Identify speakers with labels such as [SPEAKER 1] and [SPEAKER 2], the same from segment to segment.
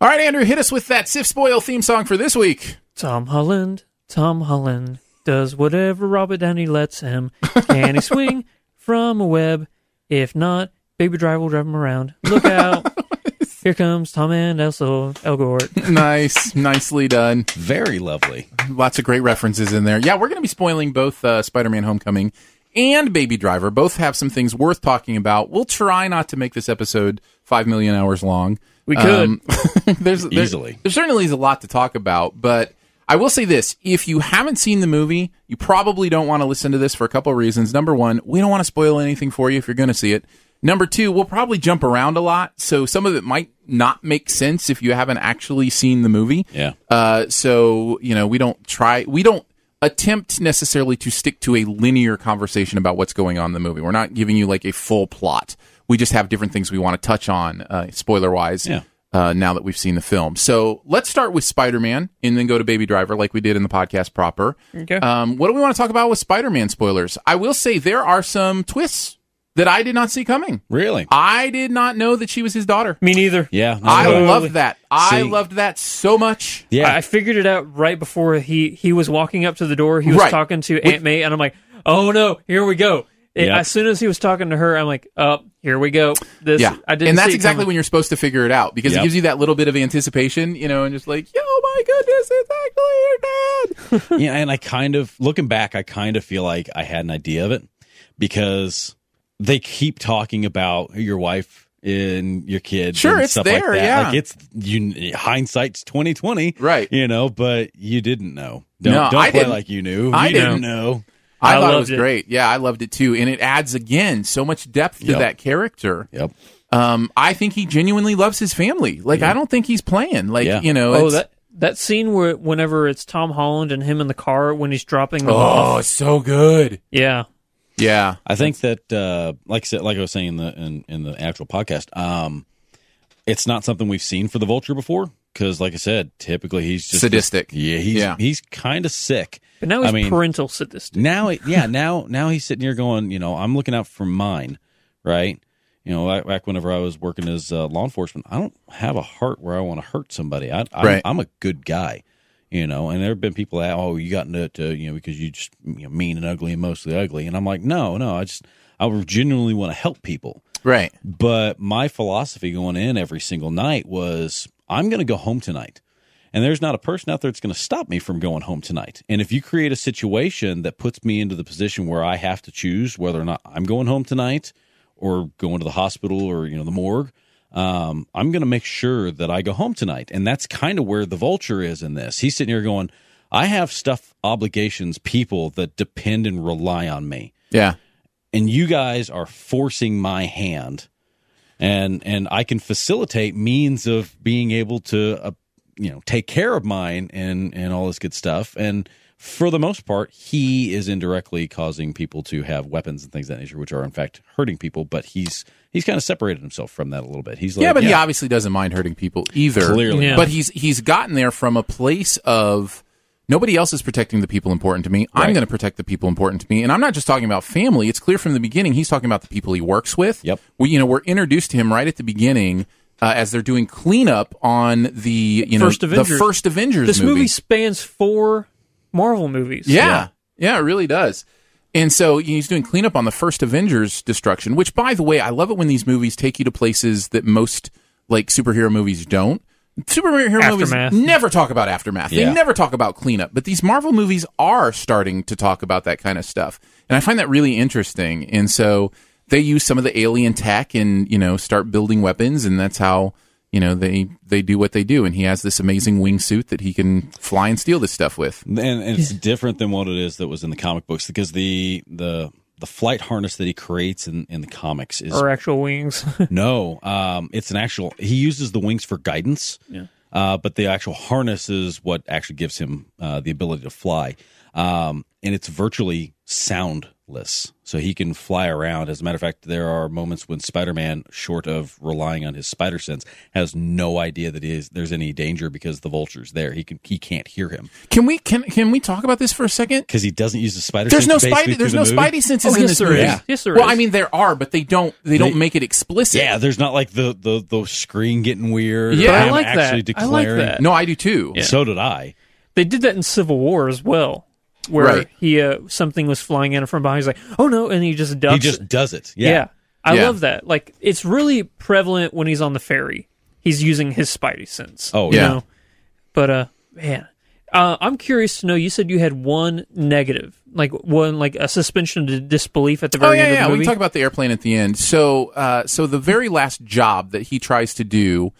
[SPEAKER 1] All right, Andrew, hit us with that Sif Spoil theme song for this week.
[SPEAKER 2] Tom Holland, Tom Holland does whatever Robert Downey lets him. Can he swing from a web? If not, Baby Driver will drive him around. Look out! Here comes Tom and Elsel Elgort.
[SPEAKER 1] Nice, nicely done.
[SPEAKER 3] Very lovely.
[SPEAKER 1] Lots of great references in there. Yeah, we're going to be spoiling both uh, Spider-Man: Homecoming and Baby Driver. Both have some things worth talking about. We'll try not to make this episode five million hours long. Um,
[SPEAKER 3] We could.
[SPEAKER 1] there's there-
[SPEAKER 3] Easily.
[SPEAKER 1] There certainly is a lot to talk about, but I will say this: if you haven't seen the movie, you probably don't want to listen to this for a couple of reasons. Number one, we don't want to spoil anything for you if you're going to see it. Number two, we'll probably jump around a lot, so some of it might not make sense if you haven't actually seen the movie.
[SPEAKER 3] Yeah.
[SPEAKER 1] Uh, so you know, we don't try, we don't attempt necessarily to stick to a linear conversation about what's going on in the movie. We're not giving you like a full plot. We just have different things we want to touch on, uh, spoiler wise.
[SPEAKER 3] Yeah.
[SPEAKER 1] Uh, now that we've seen the film, so let's start with Spider-Man and then go to Baby Driver, like we did in the podcast proper.
[SPEAKER 2] Okay.
[SPEAKER 1] Um, what do we want to talk about with Spider-Man spoilers? I will say there are some twists that I did not see coming.
[SPEAKER 3] Really?
[SPEAKER 1] I did not know that she was his daughter.
[SPEAKER 2] Me neither.
[SPEAKER 3] Yeah.
[SPEAKER 1] I
[SPEAKER 2] Totally.
[SPEAKER 1] love that. I
[SPEAKER 3] See-
[SPEAKER 1] loved that so much.
[SPEAKER 3] Yeah.
[SPEAKER 2] I, I figured it out right before he he was walking up to the door. He was
[SPEAKER 1] Right.
[SPEAKER 2] talking to Aunt May, and I'm like, oh no, here we go. It-
[SPEAKER 3] Yep.
[SPEAKER 2] As soon as he was talking to her, I'm like, oh, here we go. This
[SPEAKER 1] Yeah,
[SPEAKER 2] I didn't.
[SPEAKER 1] and that's
[SPEAKER 2] see it
[SPEAKER 1] exactly
[SPEAKER 2] coming.
[SPEAKER 1] when you're supposed to figure it out because it
[SPEAKER 3] Yep.
[SPEAKER 1] gives you that little bit of anticipation, you know, and just like, oh my goodness, it's actually your dad.
[SPEAKER 3] yeah, and I kind of looking back, I kind of feel like I had an idea of it because they keep talking about your wife and your kid.
[SPEAKER 1] Sure,
[SPEAKER 3] and
[SPEAKER 1] it's
[SPEAKER 3] stuff
[SPEAKER 1] there,
[SPEAKER 3] Like that.
[SPEAKER 1] yeah.
[SPEAKER 3] like it's you. Hindsight's twenty twenty,
[SPEAKER 1] Right.
[SPEAKER 3] You know, but you didn't know. Don't,
[SPEAKER 1] No,
[SPEAKER 3] don't
[SPEAKER 1] I
[SPEAKER 3] play
[SPEAKER 1] didn't.
[SPEAKER 3] like you knew.
[SPEAKER 1] I
[SPEAKER 3] you didn't,
[SPEAKER 2] didn't.
[SPEAKER 3] know.
[SPEAKER 1] I,
[SPEAKER 2] I
[SPEAKER 1] thought it
[SPEAKER 2] loved
[SPEAKER 1] was
[SPEAKER 2] it.
[SPEAKER 1] great. Yeah, I loved it too, and it adds again so much depth to
[SPEAKER 3] Yep.
[SPEAKER 1] that character.
[SPEAKER 3] Yep.
[SPEAKER 1] Um, I think he genuinely loves his family. Like, I don't think he's playing. Like,
[SPEAKER 3] Yeah.
[SPEAKER 1] you know,
[SPEAKER 2] Oh,
[SPEAKER 1] it's,
[SPEAKER 2] that that scene where whenever it's Tom Holland and him in the car when he's dropping them
[SPEAKER 1] oh,
[SPEAKER 2] off.
[SPEAKER 1] it's so good.
[SPEAKER 2] Yeah.
[SPEAKER 1] Yeah,
[SPEAKER 3] I think that, uh, like I said, like I was saying in the in, in the actual podcast, um, it's not something we've seen for the vulture before. Because, like I said, typically he's just
[SPEAKER 1] Sadistic.
[SPEAKER 3] yeah, he's
[SPEAKER 1] Yeah.
[SPEAKER 3] he's kind of sick.
[SPEAKER 2] But now he's
[SPEAKER 3] I mean-
[SPEAKER 2] parental sadistic.
[SPEAKER 3] Now, it- yeah, now now he's sitting here going, you know, I'm looking out for mine, right? You know, back, back whenever I was working as uh, law enforcement, I don't have a heart where I want to hurt somebody. I, I'm,
[SPEAKER 1] Right.
[SPEAKER 3] I'm a good guy, you know. And there have been people that, oh, you got into it, to, you know, because you just you know, mean and ugly and mostly ugly. And I'm like, no, no, I just I genuinely want to help people.
[SPEAKER 1] right.
[SPEAKER 3] But my philosophy going in every single night was I'm going to go home tonight. And there's not a person out there that's going to stop me from going home tonight. And if you create a situation that puts me into the position where I have to choose whether or not I'm going home tonight or going to the hospital or, you know, the morgue, um, I'm going to make sure that I go home tonight. And that's kind of where the vulture is in this. He's sitting here going, I have stuff, obligations, people that depend and rely on me
[SPEAKER 1] Yeah,
[SPEAKER 3] and you guys are forcing my hand and and i can facilitate means of being able to uh, you know take care of mine and and all this good stuff and for the most part, he is indirectly causing people to have weapons and things of that nature, which are in fact hurting people. But he's he's kind of separated himself from that a little bit. He's like,
[SPEAKER 1] yeah, but he obviously doesn't mind hurting people either.
[SPEAKER 3] Clearly.
[SPEAKER 2] Yeah.
[SPEAKER 1] but he's he's gotten there from a place of nobody else is protecting the people important to me. I'm
[SPEAKER 3] Right.
[SPEAKER 1] going to protect the people important to me, and I'm not just talking about family. It's clear from the beginning he's talking about the people he works with.
[SPEAKER 3] Yep.
[SPEAKER 1] We you know we're introduced to him right at the beginning uh, as they're doing cleanup on the you know
[SPEAKER 2] First
[SPEAKER 1] the
[SPEAKER 2] Avengers.
[SPEAKER 1] first Avengers.
[SPEAKER 2] This movie
[SPEAKER 1] movie
[SPEAKER 2] spans four Marvel movies.
[SPEAKER 1] yeah. Yeah, it really does. And so he's doing cleanup on the first Avengers destruction, which by the way, I love it when these movies take you to places that most like superhero movies don't. Superhero
[SPEAKER 2] Aftermath.
[SPEAKER 1] movies never talk about aftermath.
[SPEAKER 3] Yeah.
[SPEAKER 1] They never talk about cleanup, but these Marvel movies are starting to talk about that kind of stuff. And I find that really interesting. And so they use some of the alien tech and, you know, start building weapons and that's how, you know, they they do what they do and he has this amazing wingsuit that he can fly and steal this stuff with.
[SPEAKER 3] and, and it's different than what it is that was in the comic books because the the the flight harness that he creates in, in the comics is
[SPEAKER 2] Or actual wings.
[SPEAKER 3] No, um, it's an actual. He uses the wings for guidance. Yeah. Uh, but the actual harness is what actually gives him uh, the ability to fly, um, and it's virtually soundless, so he can fly around. As a matter of fact, there are moments when Spider-Man, short of relying on his spider sense, has no idea that he is, there's any danger because the vulture's there. He can he can't hear him
[SPEAKER 1] Can we can can we talk about this for a second?
[SPEAKER 3] because he doesn't use the spider.
[SPEAKER 1] There's no
[SPEAKER 3] sense basically
[SPEAKER 1] spidey. There's no
[SPEAKER 3] through the movie.
[SPEAKER 1] spidey senses
[SPEAKER 2] Oh,
[SPEAKER 1] in
[SPEAKER 2] yes,
[SPEAKER 1] this
[SPEAKER 2] there
[SPEAKER 1] movie.
[SPEAKER 2] is. Yeah. Yes, there
[SPEAKER 1] well,
[SPEAKER 2] is.
[SPEAKER 1] I mean there are, but they don't. They don't
[SPEAKER 3] They-
[SPEAKER 1] make it explicit.
[SPEAKER 3] Yeah, there's not like the the the screen getting weird.
[SPEAKER 1] Yeah. I
[SPEAKER 3] him
[SPEAKER 2] like that.
[SPEAKER 3] actually
[SPEAKER 2] I like
[SPEAKER 3] declaring.
[SPEAKER 2] that.
[SPEAKER 1] No, I do too.
[SPEAKER 3] So did I.
[SPEAKER 2] they did that in Civil War as well, where
[SPEAKER 1] Right.
[SPEAKER 2] he uh, something was flying at him from behind. He's like, "Oh no!" and he just ducks.
[SPEAKER 3] He just does it.
[SPEAKER 2] yeah.
[SPEAKER 3] Yeah.
[SPEAKER 2] I
[SPEAKER 1] Yeah.
[SPEAKER 2] love that. Like, it's really prevalent when he's on the ferry. He's using his spidey sense.
[SPEAKER 3] Oh,
[SPEAKER 2] you
[SPEAKER 1] yeah.
[SPEAKER 2] know? But uh, man, uh, I'm curious to know. You said you had one negative, like one like a suspension of disbelief at the very
[SPEAKER 1] oh yeah,
[SPEAKER 2] end
[SPEAKER 1] yeah.
[SPEAKER 2] of the
[SPEAKER 1] We
[SPEAKER 2] movie.
[SPEAKER 1] can talk about the airplane at the end. So, uh, so the very last job that he tries to do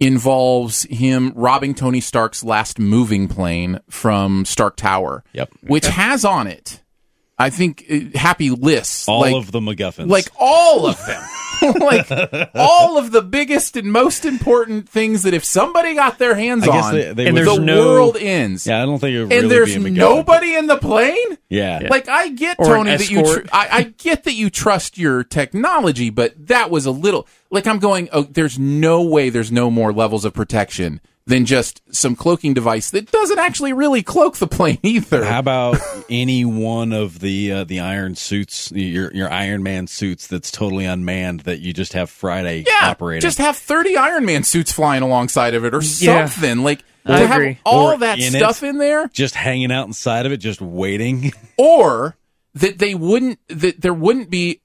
[SPEAKER 1] involves him robbing Tony Stark's last moving plane from Stark Tower.
[SPEAKER 3] Yep.
[SPEAKER 1] Which has on it, I think, uh, happy lists
[SPEAKER 3] All
[SPEAKER 1] like,
[SPEAKER 3] of the MacGuffins.
[SPEAKER 1] like all of them like all of the biggest and most important things that if somebody got their hands
[SPEAKER 3] I guess
[SPEAKER 1] on
[SPEAKER 3] they- they
[SPEAKER 2] And
[SPEAKER 1] the
[SPEAKER 2] would- there's no-
[SPEAKER 1] world ends
[SPEAKER 3] yeah, I don't think it would really
[SPEAKER 1] and there's
[SPEAKER 3] be a MacGuffin.
[SPEAKER 1] nobody in the plane
[SPEAKER 3] Yeah.
[SPEAKER 1] like i get
[SPEAKER 2] Or an
[SPEAKER 1] tony that you tr-
[SPEAKER 2] escort.
[SPEAKER 1] I, I get that you trust your technology but that was a little like i'm going oh there's no way there's no more levels of protection than just some cloaking device that doesn't actually really cloak the plane either
[SPEAKER 3] How about any one of the uh, the iron suits, your your Iron Man suits that's totally unmanned that you just have Friday
[SPEAKER 1] yeah,
[SPEAKER 3] operating?
[SPEAKER 1] just have 30 Iron Man suits flying alongside of it or
[SPEAKER 2] Yeah.
[SPEAKER 1] something. Like,
[SPEAKER 2] I
[SPEAKER 1] to have
[SPEAKER 2] agree.
[SPEAKER 1] all
[SPEAKER 3] Or
[SPEAKER 1] that
[SPEAKER 3] in
[SPEAKER 1] stuff
[SPEAKER 3] it.
[SPEAKER 1] in there,
[SPEAKER 3] Just hanging out inside of it, just waiting.
[SPEAKER 1] or that they wouldn't, that there wouldn't be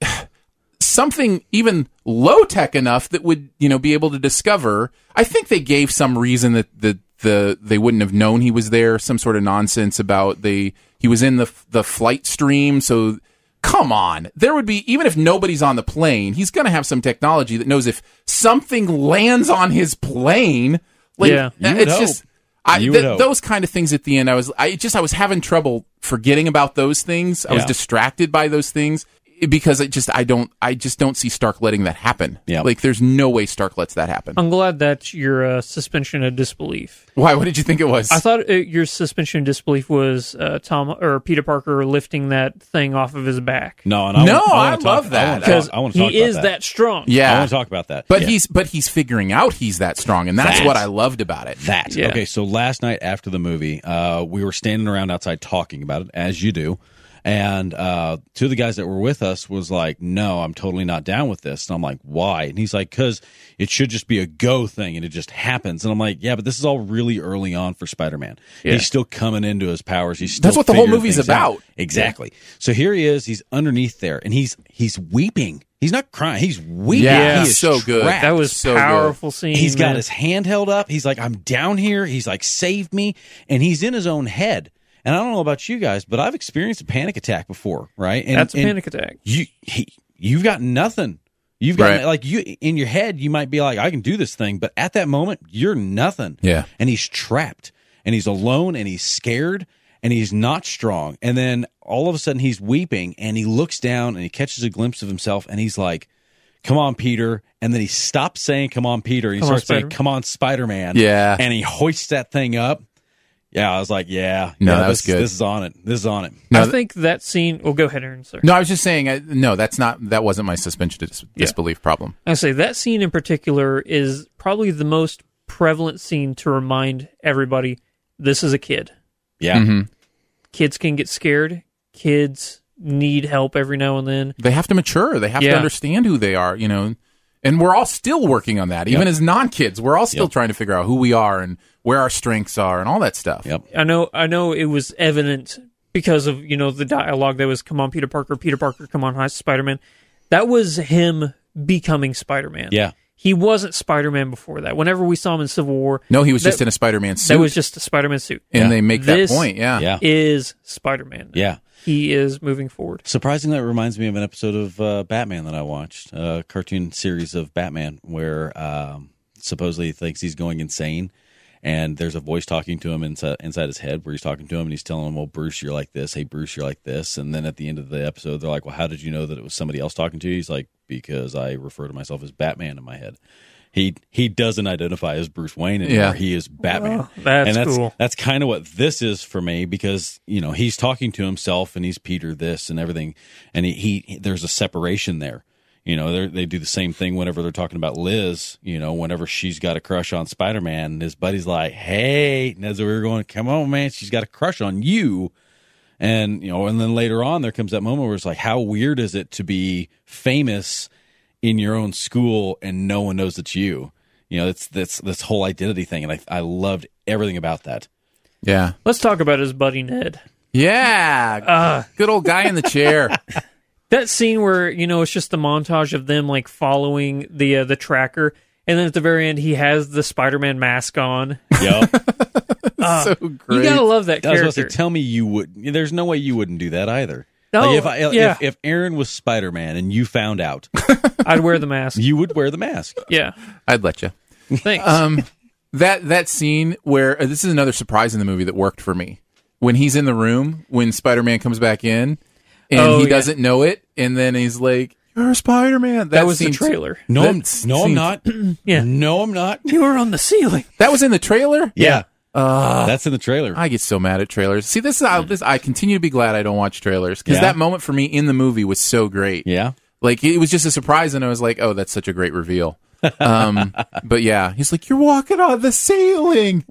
[SPEAKER 1] something even low tech enough that would, you know, be able to discover. I think they gave some reason that the, the, they wouldn't have known he was there, some sort of nonsense about they, he was in the, the flight stream. So, Come on. There would be, even if nobody's on the plane, he's going to have some technology that knows if something lands on his plane. Like,
[SPEAKER 2] Yeah.
[SPEAKER 3] You would
[SPEAKER 1] it's
[SPEAKER 3] hope.
[SPEAKER 1] just, I,
[SPEAKER 3] You would
[SPEAKER 1] th-
[SPEAKER 3] hope.
[SPEAKER 1] those kind of things at the end, I was, I just, I was having trouble forgetting about those things. I was
[SPEAKER 3] Yeah.
[SPEAKER 1] distracted by those things because I just, I don't, I just don't see Stark letting that happen.
[SPEAKER 3] Yeah. Um,
[SPEAKER 1] Like, there's no way Stark lets that happen.
[SPEAKER 2] I'm glad that's your uh, suspension of disbelief.
[SPEAKER 1] Why? What did you think it was?
[SPEAKER 2] I thought uh your suspension of disbelief was uh, Tom or Peter Parker lifting that thing off of his back
[SPEAKER 3] No, and I
[SPEAKER 1] No,
[SPEAKER 3] wanna-
[SPEAKER 1] I
[SPEAKER 3] wanna
[SPEAKER 1] love
[SPEAKER 3] talk,
[SPEAKER 1] that.
[SPEAKER 3] I wanna
[SPEAKER 2] because
[SPEAKER 3] talk- I want to
[SPEAKER 2] he
[SPEAKER 3] talk about
[SPEAKER 2] is that.
[SPEAKER 3] that.
[SPEAKER 2] strong.
[SPEAKER 1] yeah.
[SPEAKER 3] I want to talk about that.
[SPEAKER 1] but
[SPEAKER 3] Yeah.
[SPEAKER 1] he's, but he's figuring out he's that strong. And that's
[SPEAKER 3] That.
[SPEAKER 1] what I loved about it.
[SPEAKER 3] that.
[SPEAKER 2] Yeah.
[SPEAKER 3] Okay, so last night after the movie, uh, we were standing around outside talking about it, as you do. And uh, two of the guys that were with us was like, "No, I'm totally not down with this." And I'm like, "Why?" And he's like, "Cause it should just be a go thing, and it just happens." And I'm like, "Yeah, but this is all really early on for Spider-Man. He's still coming into his powers. He's still
[SPEAKER 1] That's what the whole
[SPEAKER 3] figuring
[SPEAKER 1] movie's
[SPEAKER 3] things out.
[SPEAKER 1] about.
[SPEAKER 3] Exactly. So here he is. He's underneath there, and he's he's weeping. He's not crying. He's weeping.
[SPEAKER 1] Yeah,
[SPEAKER 3] He is
[SPEAKER 1] so good.
[SPEAKER 3] trapped.
[SPEAKER 2] that was
[SPEAKER 1] So good.
[SPEAKER 2] powerful scene.
[SPEAKER 3] He's got
[SPEAKER 2] man.
[SPEAKER 3] his hand held up. He's like, I'm down here. He's like, save me. And he's in his own head. And I don't know about you guys, but I've experienced a panic attack before, right? And,
[SPEAKER 2] that's a
[SPEAKER 3] and
[SPEAKER 2] panic attack.
[SPEAKER 3] You, he, you've got nothing. You've got
[SPEAKER 1] Right.
[SPEAKER 3] like you in your head. You might be like, I can do this thing, but at that moment, you're nothing.
[SPEAKER 1] Yeah.
[SPEAKER 3] And he's trapped, and he's alone, and he's scared, and he's not strong. And then all of a sudden, he's weeping, and he looks down, and he catches a glimpse of himself, and he's like, "Come on, Peter!" And then he stops saying, "Come on, Peter." And he
[SPEAKER 2] Come on,
[SPEAKER 3] starts saying,
[SPEAKER 2] Spider-Man.
[SPEAKER 3] "Come on, Spider Man."
[SPEAKER 1] Yeah.
[SPEAKER 3] And he hoists that thing up. Yeah, I was like, yeah,
[SPEAKER 1] No,
[SPEAKER 3] yeah,
[SPEAKER 1] that was
[SPEAKER 3] this-
[SPEAKER 1] good.
[SPEAKER 3] This is on it. This is on it.
[SPEAKER 1] No,
[SPEAKER 2] I
[SPEAKER 1] th-
[SPEAKER 2] think that scene. Well, go ahead, Aaron. Sorry.
[SPEAKER 1] No, I was just saying. I, no, that's not. That wasn't my suspension of dis-
[SPEAKER 3] Yeah.
[SPEAKER 1] disbelief problem.
[SPEAKER 2] I say that scene in particular is probably the most prevalent scene to remind everybody this is a kid.
[SPEAKER 3] Yeah,
[SPEAKER 1] Mm-hmm.
[SPEAKER 2] Kids can get scared. Kids need help every now and then.
[SPEAKER 1] They have to mature. They have to
[SPEAKER 2] Yeah.
[SPEAKER 1] understand who they are. You know, and we're all still working on that. Even as non-kids, we're all still
[SPEAKER 3] Yep.
[SPEAKER 1] trying to figure out who we are and where our strengths are and all that stuff.
[SPEAKER 3] yep.
[SPEAKER 2] I know. I know it was evident because of you know the dialogue that was "Come on, Peter Parker, Peter Parker, come on, hi, Spider Man." That was him becoming Spider Man.
[SPEAKER 3] Yeah.
[SPEAKER 2] he wasn't Spider Man before that. Whenever we saw him in Civil War,
[SPEAKER 1] No, he was
[SPEAKER 2] That-
[SPEAKER 1] just in a Spider-Man suit,
[SPEAKER 2] that was just a Spider Man suit.
[SPEAKER 1] and
[SPEAKER 3] Yeah.
[SPEAKER 1] they make
[SPEAKER 2] This-
[SPEAKER 1] that point. Yeah.
[SPEAKER 3] Yeah.
[SPEAKER 2] Is Spider Man?
[SPEAKER 3] Yeah.
[SPEAKER 2] he is moving forward.
[SPEAKER 3] Surprisingly, that reminds me of an episode of uh, Batman that I watched, a cartoon series of Batman where um, supposedly he thinks he's going insane. And there's a voice talking to him inside, inside his head where he's talking to him and he's telling him, Well, Bruce, you're like this. Hey, Bruce, you're like this. And then at the end of the episode, they're like, Well, how did you know that it was somebody else talking to you? He's like, Because I refer to myself as Batman in my head. He he doesn't identify as Bruce Wayne anymore.
[SPEAKER 1] Yeah.
[SPEAKER 3] He is Batman.
[SPEAKER 2] Oh, that's
[SPEAKER 3] and that's,
[SPEAKER 2] cool.
[SPEAKER 3] That's kind of what this is for me because you know he's talking to himself and he's Peter this and everything, and he, he there's a separation there. You know they're- they do the same thing whenever they're talking about Liz. You know whenever she's got a crush on Spider Man, and his buddy's like, "Hey," and as we were going, "Come on, man, she's got a crush on you." And you know, and then later on, there comes that moment where it's like, how weird is it to be famous in your own school and no one knows it's you? You know, it's this this whole identity thing, and I I loved everything about that.
[SPEAKER 1] Yeah.
[SPEAKER 2] Let's talk about his buddy Ned.
[SPEAKER 1] Yeah. Good old guy in the chair.
[SPEAKER 2] That scene where you know it's just the montage of them like following the uh, the tracker, and then at the very end he has the Spider Man mask on.
[SPEAKER 3] Yeah,
[SPEAKER 1] so great.
[SPEAKER 2] You gotta love that
[SPEAKER 3] I was supposed
[SPEAKER 2] character.
[SPEAKER 3] to tell me you would. There's no way you wouldn't do that either.
[SPEAKER 2] No,
[SPEAKER 3] Like, if I,
[SPEAKER 2] Oh, yeah.
[SPEAKER 3] if if Aaron was Spider Man and you found out,
[SPEAKER 2] I'd wear the mask.
[SPEAKER 3] you would wear the mask.
[SPEAKER 2] Yeah,
[SPEAKER 1] I'd let you.
[SPEAKER 2] thanks.
[SPEAKER 1] um, that that scene where uh, this is another surprise in the movie that worked for me when he's in the room when Spider-Man comes back in and
[SPEAKER 2] Oh,
[SPEAKER 1] he
[SPEAKER 2] yeah.
[SPEAKER 1] doesn't know it, and then he's like, "You're Spider-Man." That,
[SPEAKER 2] that was the
[SPEAKER 1] scene-
[SPEAKER 2] trailer.
[SPEAKER 3] No, I'm,
[SPEAKER 1] That
[SPEAKER 3] no, I'm
[SPEAKER 1] seems-
[SPEAKER 3] not.
[SPEAKER 2] Yeah.
[SPEAKER 3] no, I'm not.
[SPEAKER 2] You were on the ceiling.
[SPEAKER 1] That was in the trailer.
[SPEAKER 3] Yeah, that's in the trailer.
[SPEAKER 1] Uh, I get so mad at trailers. See, this is how this. I continue to be glad I don't watch trailers because
[SPEAKER 3] Yeah.
[SPEAKER 1] that moment for me in the movie was so great.
[SPEAKER 3] yeah,
[SPEAKER 1] Like it was just a surprise, and I was like, "Oh, that's such a great reveal." Um, but yeah, he's like, "You're walking on the ceiling."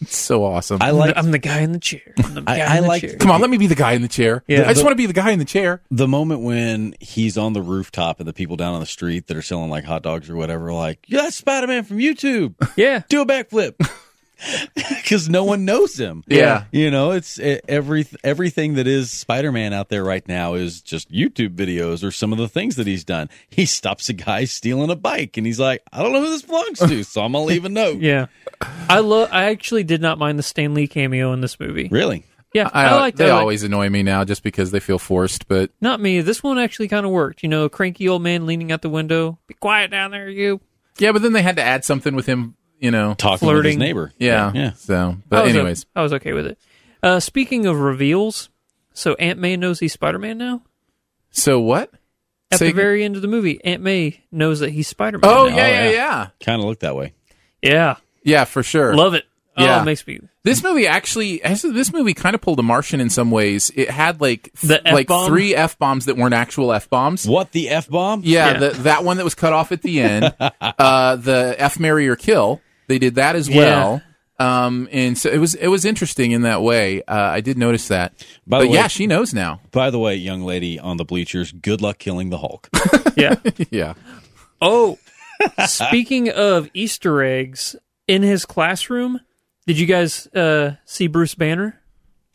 [SPEAKER 1] It's so awesome.
[SPEAKER 3] I like
[SPEAKER 2] I'm the guy in the chair. I'm the
[SPEAKER 3] I-
[SPEAKER 2] guy
[SPEAKER 3] I
[SPEAKER 2] in the
[SPEAKER 3] like-
[SPEAKER 2] chair.
[SPEAKER 1] Come on, let me be the guy in the chair.
[SPEAKER 2] Yeah.
[SPEAKER 1] I just want to be the guy in the chair.
[SPEAKER 3] the moment when he's on the rooftop and the people down on the street that are selling like hot dogs or whatever, are like, yeah, that's Spider Man from YouTube.
[SPEAKER 2] Yeah,
[SPEAKER 3] Do a backflip. Because no one knows him.
[SPEAKER 1] Yeah.
[SPEAKER 3] You know, it's eh, every everything that is Spider Man out there right now is just YouTube videos or some of the things that he's done. He stops a guy stealing a bike and he's like, I don't know who this belongs to, so I'm going to leave a note.
[SPEAKER 2] yeah. I love. I actually did not mind the Stan Lee cameo in this movie.
[SPEAKER 3] Really?
[SPEAKER 2] Yeah,
[SPEAKER 1] I,
[SPEAKER 2] I, liked
[SPEAKER 1] they
[SPEAKER 2] that.
[SPEAKER 1] always annoy me now just because they feel forced, but
[SPEAKER 2] Not me. This one actually kind of worked. You know, cranky old man leaning out the window. Be quiet down there, you.
[SPEAKER 1] yeah, but then they had to add something with him, you know.
[SPEAKER 3] Talking with his
[SPEAKER 2] Flirting.
[SPEAKER 3] neighbor.
[SPEAKER 1] Yeah.
[SPEAKER 3] Yeah.
[SPEAKER 1] So,
[SPEAKER 2] I
[SPEAKER 1] but
[SPEAKER 2] was o-
[SPEAKER 1] anyways,
[SPEAKER 2] I was okay with it. Uh, speaking of reveals, so Aunt May knows he's Spider Man now.
[SPEAKER 1] so what?
[SPEAKER 2] At
[SPEAKER 1] Say-
[SPEAKER 2] the very end of the movie, Aunt May knows that he's Spider Man.
[SPEAKER 1] Oh,
[SPEAKER 3] Oh,
[SPEAKER 1] yeah, yeah,
[SPEAKER 3] yeah.
[SPEAKER 1] yeah.
[SPEAKER 3] Kind of looked that way.
[SPEAKER 2] yeah,
[SPEAKER 1] Yeah, for sure.
[SPEAKER 2] love it. Oh,
[SPEAKER 1] Yeah.
[SPEAKER 2] it makes me
[SPEAKER 1] this movie actually, actually, this movie kind of pulled a Martian in some ways. It had like th-
[SPEAKER 2] The
[SPEAKER 1] like
[SPEAKER 2] F-bomb?
[SPEAKER 1] three f bombs that weren't actual f bombs.
[SPEAKER 3] What, the F bomb?
[SPEAKER 1] Yeah,
[SPEAKER 2] Yeah.
[SPEAKER 1] The, that one that was cut off at the end. uh, the F Marry or Kill. They did that as
[SPEAKER 2] Yeah.
[SPEAKER 1] well. Um, and so it was it was interesting in that way. Uh, I did notice that.
[SPEAKER 3] By the
[SPEAKER 1] but
[SPEAKER 3] way-
[SPEAKER 1] yeah, she knows now.
[SPEAKER 3] By the way, young lady on the bleachers, good luck killing the Hulk.
[SPEAKER 2] yeah.
[SPEAKER 1] Yeah.
[SPEAKER 2] Oh, speaking of Easter eggs in his classroom, did you guys uh, see Bruce Banner?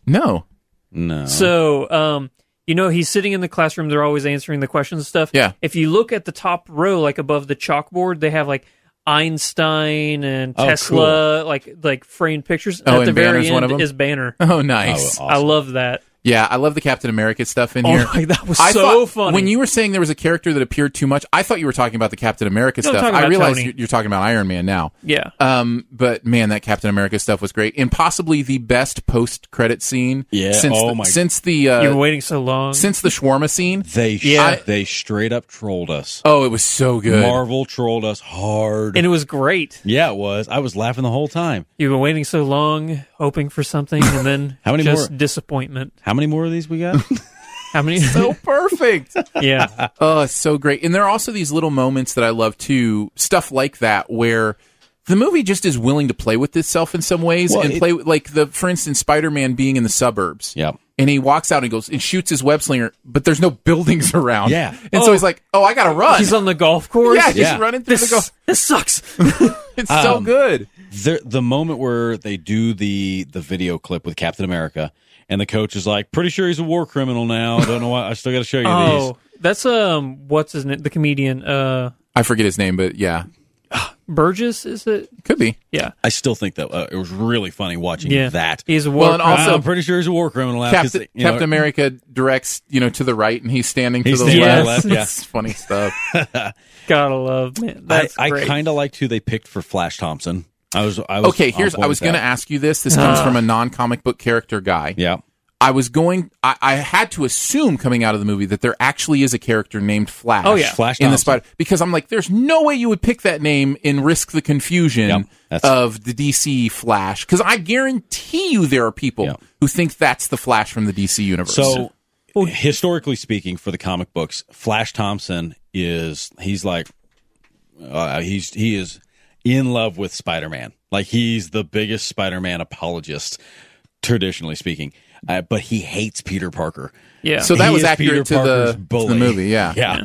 [SPEAKER 1] No.
[SPEAKER 3] No.
[SPEAKER 2] So, um, you know, he's sitting in the classroom. They're always answering the questions and stuff.
[SPEAKER 1] Yeah.
[SPEAKER 2] If you look at the top row, like above the chalkboard, they have like Einstein and
[SPEAKER 3] Oh,
[SPEAKER 2] Tesla, like like framed pictures.
[SPEAKER 1] Oh,
[SPEAKER 2] at the
[SPEAKER 1] and
[SPEAKER 2] very
[SPEAKER 1] Banner's
[SPEAKER 2] end
[SPEAKER 1] one of them?
[SPEAKER 2] is Banner.
[SPEAKER 1] Oh, nice.
[SPEAKER 3] Oh,
[SPEAKER 2] I love that.
[SPEAKER 1] Yeah, I love the Captain America stuff in
[SPEAKER 2] Oh
[SPEAKER 1] here.
[SPEAKER 2] my- that was
[SPEAKER 1] I
[SPEAKER 2] so
[SPEAKER 1] thought-
[SPEAKER 2] funny.
[SPEAKER 1] When you were saying there was a character that appeared too much, I thought you were talking about the Captain America
[SPEAKER 2] No, I'm
[SPEAKER 1] stuff.
[SPEAKER 2] talking
[SPEAKER 1] I
[SPEAKER 2] about
[SPEAKER 1] realize
[SPEAKER 2] Tony.
[SPEAKER 1] you- you're talking about Iron Man now.
[SPEAKER 2] Yeah.
[SPEAKER 1] Um, but man, that Captain America stuff was great, and possibly the best post-credit scene.
[SPEAKER 3] Yeah,
[SPEAKER 1] Since
[SPEAKER 3] oh
[SPEAKER 1] the,
[SPEAKER 3] my-
[SPEAKER 1] since the
[SPEAKER 2] You've been
[SPEAKER 1] uh,
[SPEAKER 2] waiting so long.
[SPEAKER 1] since the shawarma scene.
[SPEAKER 3] They
[SPEAKER 1] Yeah.
[SPEAKER 3] yeah. they straight up trolled us.
[SPEAKER 1] Oh, it was so good.
[SPEAKER 3] Marvel trolled us hard.
[SPEAKER 2] and it was great.
[SPEAKER 3] yeah, it was. I was laughing the whole time.
[SPEAKER 2] You've been waiting so long, hoping for something, and then
[SPEAKER 3] How many
[SPEAKER 2] just
[SPEAKER 3] more?
[SPEAKER 2] disappointment.
[SPEAKER 3] How many more of these we got?
[SPEAKER 2] How many?
[SPEAKER 1] so perfect.
[SPEAKER 2] yeah.
[SPEAKER 1] Oh, it's so great. And there are also these little moments that I love too, stuff like that where the movie just is willing to play with itself in some ways
[SPEAKER 3] Well,
[SPEAKER 1] and
[SPEAKER 3] it-
[SPEAKER 1] play with, like the for instance Spider-Man being in the suburbs.
[SPEAKER 3] Yep.
[SPEAKER 1] And he walks out and goes and shoots his web slinger, but there's no buildings around.
[SPEAKER 3] Yeah.
[SPEAKER 1] And so
[SPEAKER 2] Oh.
[SPEAKER 1] he's like, "Oh, I got to run."
[SPEAKER 2] He's on the golf course.
[SPEAKER 1] yeah, he's
[SPEAKER 3] Yeah.
[SPEAKER 1] running through
[SPEAKER 2] This,
[SPEAKER 1] the go.
[SPEAKER 2] this sucks.
[SPEAKER 1] It's so
[SPEAKER 3] Um,
[SPEAKER 1] good.
[SPEAKER 3] the the moment where they do the the video clip with Captain America and the coach is like, pretty sure he's a war criminal now. Don't know why I still gotta show you these.
[SPEAKER 2] oh, that's um, what's his name? The comedian, uh,
[SPEAKER 1] I forget his name, but yeah.
[SPEAKER 2] Burgess, is it?
[SPEAKER 1] Could be.
[SPEAKER 2] Yeah.
[SPEAKER 3] I still think that uh, it was really funny watching
[SPEAKER 2] Yeah.
[SPEAKER 3] that.
[SPEAKER 2] He's a war
[SPEAKER 1] Well, and
[SPEAKER 2] criminal.
[SPEAKER 1] also-
[SPEAKER 3] I'm pretty sure Uh, he's a war criminal now. 'cause,
[SPEAKER 1] Captain,
[SPEAKER 3] you know,
[SPEAKER 1] Captain America directs, you know, to the right and he's standing to
[SPEAKER 3] He's
[SPEAKER 1] the
[SPEAKER 3] standing
[SPEAKER 2] to the
[SPEAKER 1] left.
[SPEAKER 3] left, yeah.
[SPEAKER 1] It's funny stuff.
[SPEAKER 2] gotta love man.
[SPEAKER 3] I,
[SPEAKER 2] That's
[SPEAKER 3] I
[SPEAKER 2] great.
[SPEAKER 3] kind of liked who they picked for Flash Thompson. I was, I was
[SPEAKER 1] Okay,
[SPEAKER 3] on
[SPEAKER 1] here's
[SPEAKER 3] point
[SPEAKER 1] I was
[SPEAKER 3] with
[SPEAKER 1] going to
[SPEAKER 3] that.
[SPEAKER 1] ask you this. This comes
[SPEAKER 2] Uh.
[SPEAKER 1] from a non-comic book character guy.
[SPEAKER 3] Yeah,
[SPEAKER 1] I was going. I, I had to assume coming out of the movie that there actually is a character named Flash.
[SPEAKER 2] Oh, yeah.
[SPEAKER 3] Flash
[SPEAKER 1] in the
[SPEAKER 3] Thompson.
[SPEAKER 1] spider because I'm like, there's no way you would pick that name and risk the
[SPEAKER 3] Yep,
[SPEAKER 1] confusion
[SPEAKER 3] that's-
[SPEAKER 1] of the DC Flash because I guarantee you there are people
[SPEAKER 3] Yep.
[SPEAKER 1] who think that's the Flash from the DC universe.
[SPEAKER 3] so historically speaking, for the comic books, Flash Thompson is he's like uh, he's he is in love with Spider Man. Like he's the biggest Spider Man apologist, traditionally speaking. Uh, but he hates Peter Parker.
[SPEAKER 2] yeah.
[SPEAKER 1] So that
[SPEAKER 3] He
[SPEAKER 1] was
[SPEAKER 3] is
[SPEAKER 1] accurate to
[SPEAKER 3] Peter
[SPEAKER 1] the-
[SPEAKER 3] Parker's
[SPEAKER 1] to the
[SPEAKER 3] bully.
[SPEAKER 1] movie, yeah.
[SPEAKER 3] yeah.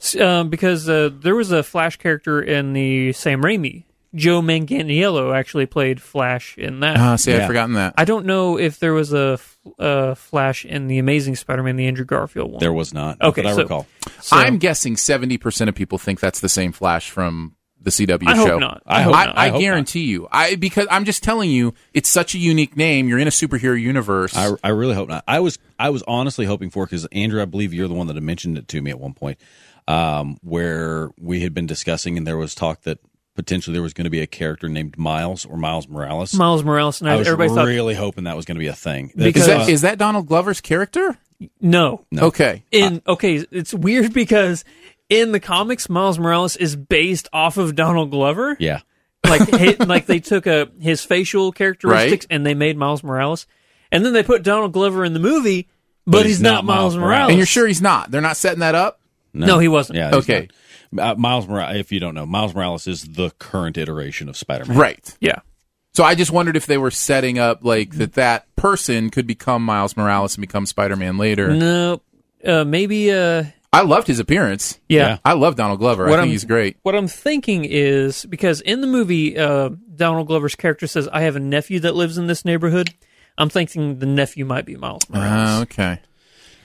[SPEAKER 2] S- um, because uh, there was a Flash character in the Sam Raimi. Joe Manganiello actually played Flash in that.
[SPEAKER 1] Ah, see, I'd
[SPEAKER 3] Yeah.
[SPEAKER 1] forgotten that.
[SPEAKER 2] I don't know if there was a, f- a Flash in the Amazing Spider-Man, the Andrew Garfield one.
[SPEAKER 3] There was not. not
[SPEAKER 2] Okay,
[SPEAKER 3] that I
[SPEAKER 2] so-
[SPEAKER 3] recall.
[SPEAKER 2] So,
[SPEAKER 1] I'm guessing seventy percent of people think that's the same Flash from the CW
[SPEAKER 2] I
[SPEAKER 1] show.
[SPEAKER 2] hope not. I hope
[SPEAKER 1] I,
[SPEAKER 2] not.
[SPEAKER 1] I,
[SPEAKER 3] hope not.
[SPEAKER 1] guarantee you. I because I'm just telling you, it's such a unique name. You're in a superhero universe.
[SPEAKER 3] I, I really hope not. I was I was honestly hoping for because Andrew, I believe you're the one that had mentioned it to me at one point, um, where we had been discussing and there was talk that potentially there was going to be a character named Miles or Miles Morales.
[SPEAKER 2] Miles Morales and I,
[SPEAKER 3] I was
[SPEAKER 2] everybody thought
[SPEAKER 3] really hoping that was going to be a thing.
[SPEAKER 1] is
[SPEAKER 2] Because- uh,
[SPEAKER 3] That's-
[SPEAKER 1] that is that Donald Glover's character?
[SPEAKER 2] no.
[SPEAKER 1] Okay.
[SPEAKER 2] In okay, it's weird because in the comics, Miles Morales is based off of Donald Glover.
[SPEAKER 3] yeah,
[SPEAKER 2] like hit, like they took a his facial characteristics and they made Miles Morales, and then they put Donald Glover in the movie, but, he's, not, Miles Morales.
[SPEAKER 1] And you're sure he's not? They're not setting that up?
[SPEAKER 2] No, he wasn't.
[SPEAKER 3] yeah. he's
[SPEAKER 1] Okay.
[SPEAKER 3] not. Uh, Miles Morales. If you don't know, Miles Morales is the current iteration of Spider-Man.
[SPEAKER 1] Right.
[SPEAKER 2] yeah.
[SPEAKER 1] So I just wondered if they were setting up like that that person could become Miles Morales and become Spider-Man later.
[SPEAKER 2] No, uh, maybe. Uh,
[SPEAKER 1] I loved his appearance.
[SPEAKER 2] yeah.
[SPEAKER 1] I love Donald Glover. I
[SPEAKER 2] What
[SPEAKER 1] think
[SPEAKER 2] I'm-
[SPEAKER 1] he's great.
[SPEAKER 2] What I'm thinking is because in the movie, uh, Donald Glover's character says, "I have a nephew that lives in this neighborhood." I'm thinking the nephew might be Miles Morales.
[SPEAKER 1] Ah, okay.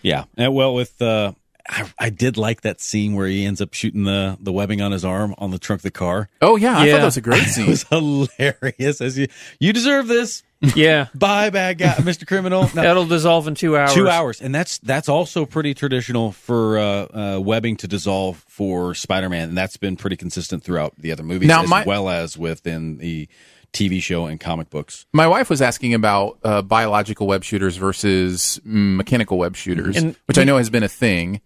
[SPEAKER 3] Yeah. And, well, with uh, I, I did like that scene where he ends up shooting the the webbing on his arm on the trunk of the car.
[SPEAKER 1] Oh yeah, I thought
[SPEAKER 2] Yeah.
[SPEAKER 1] that was a great
[SPEAKER 3] It
[SPEAKER 1] scene.
[SPEAKER 3] was hilarious. As you, you deserve this.
[SPEAKER 2] yeah,
[SPEAKER 3] Bye, bad guy, Mr. Criminal. No,
[SPEAKER 2] that'll dissolve in two hours.
[SPEAKER 3] two hours, and that's that's also pretty traditional for uh, uh, webbing to dissolve for Spider-Man, and that's been pretty consistent throughout the other movies,
[SPEAKER 1] Now,
[SPEAKER 3] as
[SPEAKER 1] my-
[SPEAKER 3] well as within the TV show and comic books.
[SPEAKER 1] My wife was asking about uh, biological web shooters versus mm, mechanical web shooters,
[SPEAKER 2] And-
[SPEAKER 1] which I know has been a thing.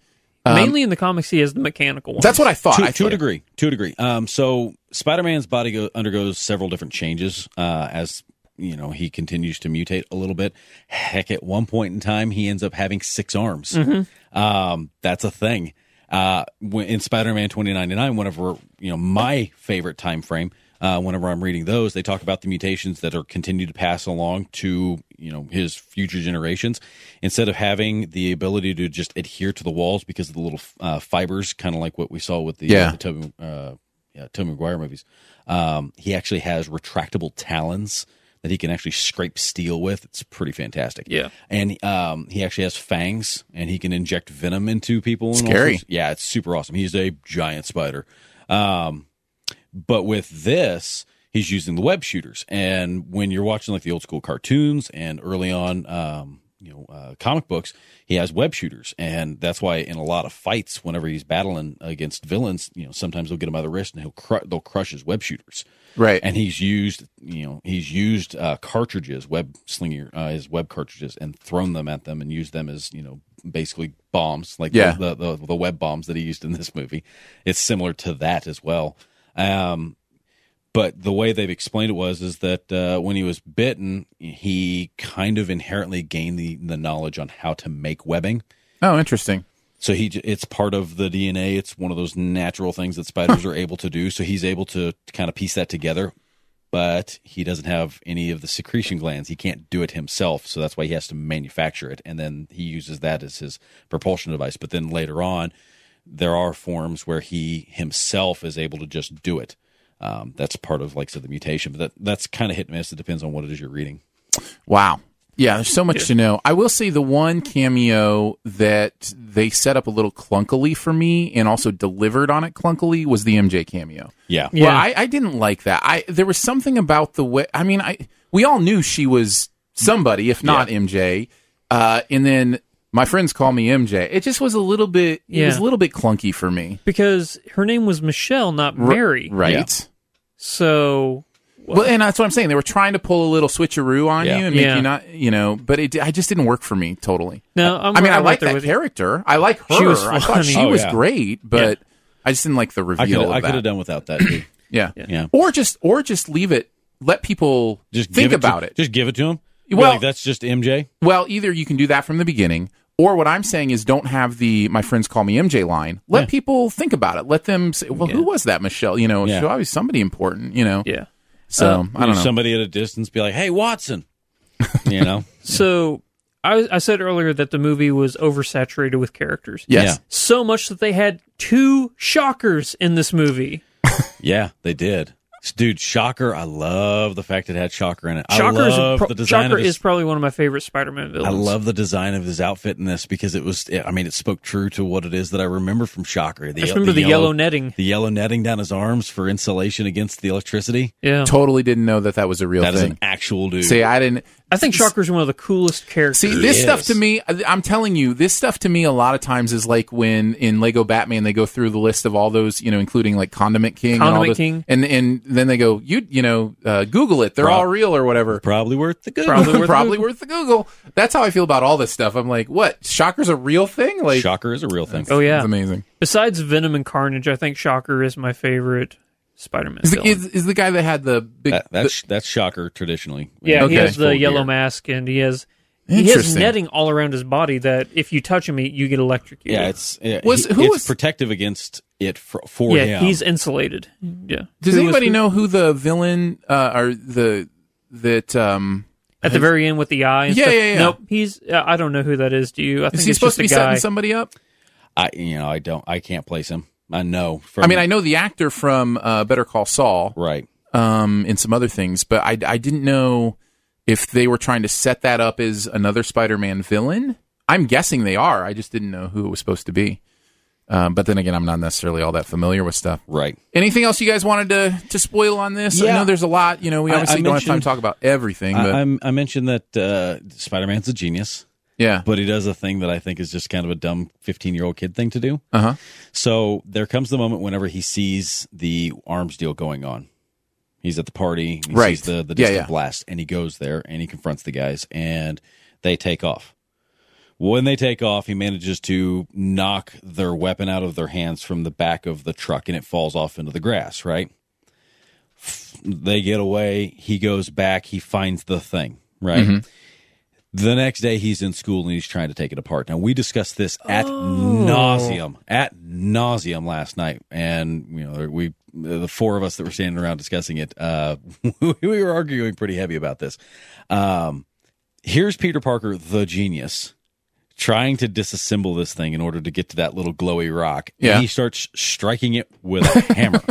[SPEAKER 2] Mainly in the comics, he has the mechanical one.
[SPEAKER 1] That's what I thought.
[SPEAKER 3] to,
[SPEAKER 1] Oh, I
[SPEAKER 3] to a
[SPEAKER 1] thought-
[SPEAKER 3] degree, to a degree. Um, so Spider-Man's body go- undergoes several different changes uh, as you know he continues to mutate a little bit. Heck, at one point in time, he ends up having six arms.
[SPEAKER 1] Mm-hmm.
[SPEAKER 3] Um, that's a thing. Uh, when, in Spider-Man 2099, whenever you know my favorite time frame. Uh, whenever I'm reading those, they talk about the mutations that are continued to pass along to you know his future generations. Instead of having the ability to just adhere to the walls because of the little uh, fibers, kind of like what we saw with the
[SPEAKER 1] Yeah.
[SPEAKER 3] yeah. the Toby, uh, yeah, Toby Maguire movies. Um, he actually has retractable talons that he can actually scrape steel with. It's pretty fantastic.
[SPEAKER 2] Yeah.
[SPEAKER 3] and um, he actually has fangs, and he can inject venom into people. and all
[SPEAKER 1] Scary.
[SPEAKER 3] sorts- Yeah, it's super awesome. He's a giant spider. Um, but with this, he's using the web shooters. And when you're watching like the old school cartoons and early on, um, you know uh, comic books, he has web shooters, and that's why in a lot of fights, whenever he's battling against villains, you know sometimes they'll get him by the wrist and he'll cru- they'll crush his web shooters.
[SPEAKER 1] Right.
[SPEAKER 3] And he's used you know he's used uh, cartridges, web slinger, uh, his web cartridges, and thrown them at them and used them as you know basically bombs, like
[SPEAKER 1] Yeah.
[SPEAKER 3] the, the the web bombs that he used in this movie. It's similar to that as well. Um, but the way they've explained it was is that uh, when he was bitten, he kind of inherently gained the, the knowledge on how to make webbing.
[SPEAKER 1] oh, interesting.
[SPEAKER 3] So he, j- it's part of the DNA. It's one of those natural things that spiders are able to do. So he's able to kind of piece that together, but he doesn't have any of the secretion glands. He can't do it himself. So that's why he has to manufacture it, and then he uses that as his propulsion device. But then later on, there are forms where he himself is able to just do it. Um, that's part of, like I said, the mutation. But that that's kind of hit and miss. It depends on what it is you're reading.
[SPEAKER 1] Wow. Yeah, there's so much to know. I will say the one cameo that they set up a little clunkily for me and also delivered on it clunkily was the MJ cameo.
[SPEAKER 3] Yeah.
[SPEAKER 2] Yeah.
[SPEAKER 1] Well, I, I didn't like that. I there was something about the way. I mean, I we all knew she was somebody, if not MJ. Uh, and then my friends call me MJ. It just was a little bit. It was
[SPEAKER 2] Yeah.
[SPEAKER 1] a little bit clunky for me.
[SPEAKER 2] because her name was Michelle, not
[SPEAKER 1] R-
[SPEAKER 2] Mary.
[SPEAKER 1] right?
[SPEAKER 2] So
[SPEAKER 1] Well, and that's what I'm saying. They were trying to pull a little switcheroo on
[SPEAKER 3] Yeah.
[SPEAKER 1] you and make
[SPEAKER 2] Yeah.
[SPEAKER 1] you not, you know. But it, I just didn't work for me totally.
[SPEAKER 2] No, I'm
[SPEAKER 1] I mean,
[SPEAKER 2] right
[SPEAKER 1] I
[SPEAKER 2] up
[SPEAKER 1] like
[SPEAKER 2] there
[SPEAKER 1] that
[SPEAKER 2] with you.
[SPEAKER 1] character. I like her.
[SPEAKER 2] She was
[SPEAKER 1] I thought she
[SPEAKER 2] funny.
[SPEAKER 3] Oh,
[SPEAKER 1] was
[SPEAKER 3] yeah.
[SPEAKER 1] great, but I just didn't like the
[SPEAKER 3] I
[SPEAKER 1] reveal
[SPEAKER 3] could
[SPEAKER 1] of
[SPEAKER 3] I
[SPEAKER 1] that.
[SPEAKER 3] could have done without that. Too.
[SPEAKER 1] Yeah.
[SPEAKER 3] Yeah.
[SPEAKER 1] Or just or just leave it. Let people
[SPEAKER 3] Just
[SPEAKER 1] think
[SPEAKER 3] give it to-
[SPEAKER 1] about it.
[SPEAKER 3] Just give it to him. Be
[SPEAKER 1] Well-
[SPEAKER 3] like, that's just MJ.
[SPEAKER 1] Well, either you can do that from the beginning, or what I'm saying is don't have the my friends call me MJ line. Let people think about it. Let them say, well, who was that Michelle? You know,
[SPEAKER 3] Yeah. Uh,
[SPEAKER 1] she was always somebody important. You know,
[SPEAKER 2] yeah.
[SPEAKER 1] so I don't know.
[SPEAKER 3] Somebody at a distance be like, "Hey, Watson," you know.
[SPEAKER 2] So I, was- I said earlier that the movie was oversaturated with characters.
[SPEAKER 1] yes,
[SPEAKER 2] So much that they had two shockers in this movie.
[SPEAKER 3] yeah, they did. Dude, Shocker! I love the fact it had Shocker in it.
[SPEAKER 2] Shocker,
[SPEAKER 3] I
[SPEAKER 2] is,
[SPEAKER 3] love
[SPEAKER 2] pro-
[SPEAKER 3] the design
[SPEAKER 2] shocker
[SPEAKER 3] of his,
[SPEAKER 2] is probably one of my favorite Spider-Man villains.
[SPEAKER 3] I love the design of his outfit in this because it was. I mean, it spoke true to what it is that I remember from Shocker. The,
[SPEAKER 2] I just remember the, yellow, netting.
[SPEAKER 3] the yellow netting down his arms for insulation against the electricity.
[SPEAKER 2] Yeah.
[SPEAKER 1] totally didn't know that that was a real
[SPEAKER 3] That is
[SPEAKER 1] thing.
[SPEAKER 3] an actual dude.
[SPEAKER 1] See, I didn't.
[SPEAKER 2] I think Shocker's one of the coolest characters.
[SPEAKER 1] See, this
[SPEAKER 3] Yes.
[SPEAKER 1] stuff to me, I- I'm telling you, this stuff to me a lot of times is like when in Lego Batman they go through the list of all those, you know, including like Condiment King, and all
[SPEAKER 2] Condiment
[SPEAKER 1] those,
[SPEAKER 2] King.
[SPEAKER 1] and and then they go, you you know, uh, Google it, they're
[SPEAKER 3] Prob-
[SPEAKER 1] all real or whatever.
[SPEAKER 3] probably worth the good.
[SPEAKER 1] Probably, worth the Google. That's how I feel about all this stuff. I'm like, what? Shocker's a real thing? Like,
[SPEAKER 3] Shocker is a real thing.
[SPEAKER 2] oh yeah.
[SPEAKER 1] it's amazing.
[SPEAKER 2] Besides Venom and Carnage, I think Shocker is my favorite Spider-Man
[SPEAKER 1] Is the,
[SPEAKER 2] villain.
[SPEAKER 1] is, is the guy that had the big?
[SPEAKER 3] That, that's that's Shocker traditionally.
[SPEAKER 2] yeah,
[SPEAKER 1] Okay.
[SPEAKER 2] he has
[SPEAKER 3] Full
[SPEAKER 2] the yellow
[SPEAKER 3] gear.
[SPEAKER 2] mask and he has he has
[SPEAKER 1] Interesting.
[SPEAKER 2] netting all around his body that if you touch him, you get electrocuted.
[SPEAKER 3] Yeah, it's yeah,
[SPEAKER 1] Was-
[SPEAKER 3] he-
[SPEAKER 1] who
[SPEAKER 3] it's
[SPEAKER 1] was-
[SPEAKER 3] protective against it for, for
[SPEAKER 2] yeah,
[SPEAKER 3] him.
[SPEAKER 2] he's insulated. Yeah.
[SPEAKER 1] does
[SPEAKER 2] Who was
[SPEAKER 1] anybody
[SPEAKER 2] who-
[SPEAKER 1] know who the villain uh, or the that? um
[SPEAKER 2] at the very end with the eye? And
[SPEAKER 1] Yeah,
[SPEAKER 2] stuff?
[SPEAKER 1] yeah, yeah.
[SPEAKER 2] Nope, he's. Uh, I don't know who that is. Do you? I think
[SPEAKER 1] Is he
[SPEAKER 2] it's
[SPEAKER 1] supposed to be
[SPEAKER 2] just a guy.
[SPEAKER 1] setting somebody up?
[SPEAKER 3] I you know I don't I can't place him. I know. From,
[SPEAKER 1] I mean, I know the actor from uh, Better Call Saul.
[SPEAKER 3] right.
[SPEAKER 1] um, and some other things, but I, I didn't know if they were trying to set that up as another Spider-Man villain. I'm guessing they are. I just didn't know who it was supposed to be. Um, but then again, I'm not necessarily all that familiar with stuff.
[SPEAKER 3] Right.
[SPEAKER 1] Anything else you guys wanted to to spoil on this? I
[SPEAKER 3] Yeah.
[SPEAKER 1] know there's a lot. You know, we
[SPEAKER 3] I- I
[SPEAKER 1] obviously don't have time to
[SPEAKER 3] mentioned-
[SPEAKER 1] talk about everything, but
[SPEAKER 3] I, I'm, I mentioned that uh, Spider Man's a genius,
[SPEAKER 1] yeah,
[SPEAKER 3] but he does a thing that I think is just kind of a dumb 15 year old kid thing to do.
[SPEAKER 1] uh huh.
[SPEAKER 3] So there comes the moment whenever he sees the arms deal going on. He's at the party. He
[SPEAKER 1] Right.
[SPEAKER 3] sees the, the
[SPEAKER 1] Yeah,
[SPEAKER 3] distant
[SPEAKER 1] yeah.
[SPEAKER 3] blast, and he goes there and he confronts the guys, and they take off. When they take off, he manages to knock their weapon out of their hands from the back of the truck, and it falls off into the grass. Right? They get away. He goes back. He finds the thing. Right.
[SPEAKER 1] Mm-hmm.
[SPEAKER 3] The next day, he's in school and he's trying to take it apart. Now we discussed this at nauseum, at nauseum last night, and you know we, the four of us that were standing around discussing it, uh, we were arguing pretty heavy about this. Um, here's Peter Parker, the genius, trying to disassemble this thing in order to get to that little glowy rock. And
[SPEAKER 1] Yeah.
[SPEAKER 3] he starts striking it with a hammer.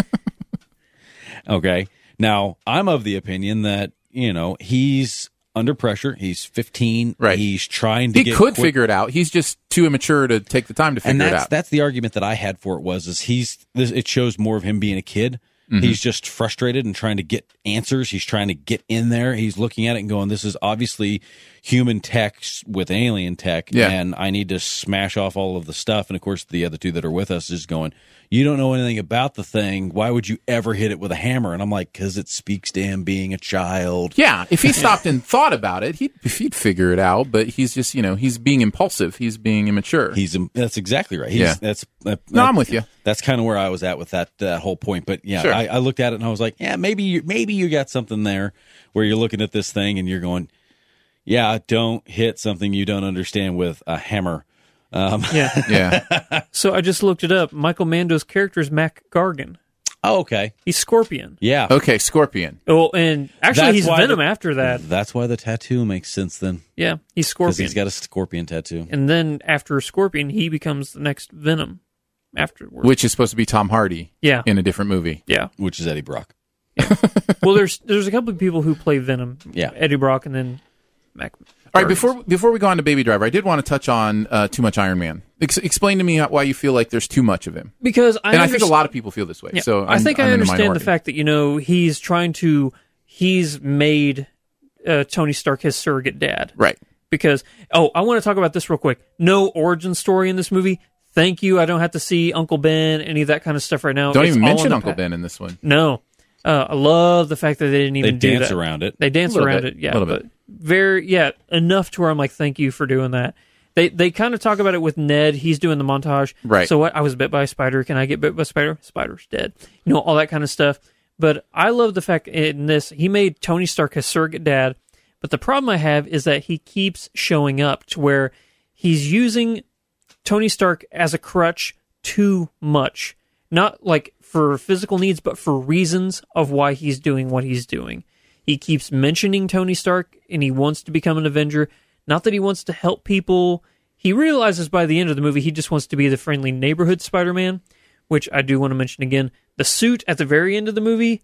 [SPEAKER 3] Okay. Now, I'm of the opinion that, you know, he's under pressure. He's 15.
[SPEAKER 1] Right.
[SPEAKER 3] He's trying to
[SPEAKER 1] He
[SPEAKER 3] get
[SPEAKER 1] could
[SPEAKER 3] quick-
[SPEAKER 1] figure it out. He's just too immature to take the time to
[SPEAKER 3] and
[SPEAKER 1] figure it
[SPEAKER 3] that's
[SPEAKER 1] out.
[SPEAKER 3] that's the argument that I had for it was is he's this, it shows more of him being a kid.
[SPEAKER 1] Mm-hmm.
[SPEAKER 3] He's just frustrated and trying to get answers. He's trying to get in there. He's looking at it and going, "This is obviously human tech s- with alien tech,
[SPEAKER 1] Yeah.
[SPEAKER 3] and I need to smash off all of the stuff. And of course, the other two that are with us is going, You don't know anything about the thing. Why would you ever hit it with a hammer? And I'm like, Because it speaks to him being a child.
[SPEAKER 1] Yeah, if he stopped and thought about it, he'd he'd figure it out. But he's just you know he's being impulsive. He's being immature.
[SPEAKER 3] He's im- that's exactly right. He's,
[SPEAKER 1] Yeah.
[SPEAKER 3] that's uh,
[SPEAKER 1] no,
[SPEAKER 3] that-
[SPEAKER 1] I'm with you.
[SPEAKER 3] That's kind of where I was at with that that whole point. But yeah,
[SPEAKER 1] Sure.
[SPEAKER 3] I, I looked at it and I was like, yeah, maybe you, maybe you got something there where you're looking at this thing and you're going, yeah, don't hit something you don't understand with a hammer. Um,
[SPEAKER 2] Yeah.
[SPEAKER 1] Yeah,
[SPEAKER 2] so I just looked it up. Michael Mando's character is Mac Gargan.
[SPEAKER 3] Oh, okay,
[SPEAKER 2] He's Scorpion.
[SPEAKER 3] yeah,
[SPEAKER 1] okay, Scorpion.
[SPEAKER 2] Well, and actually,
[SPEAKER 3] That's
[SPEAKER 2] he's
[SPEAKER 3] why
[SPEAKER 2] Venom
[SPEAKER 3] the-
[SPEAKER 2] after that.
[SPEAKER 3] that's why the tattoo makes sense then
[SPEAKER 2] Yeah, he's
[SPEAKER 3] because
[SPEAKER 2] Scorpion.
[SPEAKER 3] he's got a scorpion tattoo.
[SPEAKER 2] and then after Scorpion, he becomes the next Venom. Afterwards,
[SPEAKER 1] which is supposed to be Tom Hardy
[SPEAKER 2] yeah,
[SPEAKER 1] in a different movie.
[SPEAKER 2] yeah.
[SPEAKER 3] Which is Eddie Brock.
[SPEAKER 2] Well, there's there's a couple of people who play Venom.
[SPEAKER 3] Yeah.
[SPEAKER 2] Eddie Brock and then Mac.
[SPEAKER 1] All right, before before we go on to Baby Driver, I did want to touch on uh, too much Iron Man. Ex- explain to me how, why you feel like there's too much of him,
[SPEAKER 2] because I
[SPEAKER 1] and I think a
[SPEAKER 2] underst-
[SPEAKER 1] lot of people feel this way.
[SPEAKER 2] Yeah,
[SPEAKER 1] So
[SPEAKER 2] I
[SPEAKER 1] I'm-
[SPEAKER 2] think
[SPEAKER 1] I'm
[SPEAKER 2] I
[SPEAKER 1] in
[SPEAKER 2] understand the
[SPEAKER 1] minority.
[SPEAKER 2] fact that you know he's trying to he's made uh, Tony Stark his surrogate dad.
[SPEAKER 1] Right.
[SPEAKER 2] because oh, I want to talk about this real quick. No origin story in this movie. Thank you. I don't have to see Uncle Ben, any of that kind of stuff right now.
[SPEAKER 1] Don't
[SPEAKER 2] It's
[SPEAKER 1] even
[SPEAKER 2] all in
[SPEAKER 1] mention
[SPEAKER 2] the
[SPEAKER 1] Uncle
[SPEAKER 2] pa-
[SPEAKER 1] Ben in this one.
[SPEAKER 2] No, uh, I love the fact that they didn't
[SPEAKER 3] They
[SPEAKER 2] even do
[SPEAKER 3] dance
[SPEAKER 2] that.
[SPEAKER 3] around it.
[SPEAKER 2] They dance
[SPEAKER 1] Little
[SPEAKER 2] around
[SPEAKER 1] bit,
[SPEAKER 2] it. Yeah,
[SPEAKER 1] little
[SPEAKER 2] but
[SPEAKER 1] bit.
[SPEAKER 2] very yeah enough to where I'm like, thank you for doing that. They they kind of talk about it with Ned. He's doing the montage.
[SPEAKER 1] Right.
[SPEAKER 2] So what? I was bit by a spider. Can I get bit by a spider? Spider's dead. You know all that kind of stuff. But I love the fact in this he made Tony Stark his surrogate dad. But the problem I have is that he keeps showing up to where he's using Tony Stark as a crutch too much. Not like for physical needs, but for reasons of why he's doing what he's doing. He keeps mentioning Tony Stark and he wants to become an Avenger. Not that he wants to help people. He realizes by the end of the movie he just wants to be the friendly neighborhood Spider Man, which I do want to mention again. The suit at the very end of the movie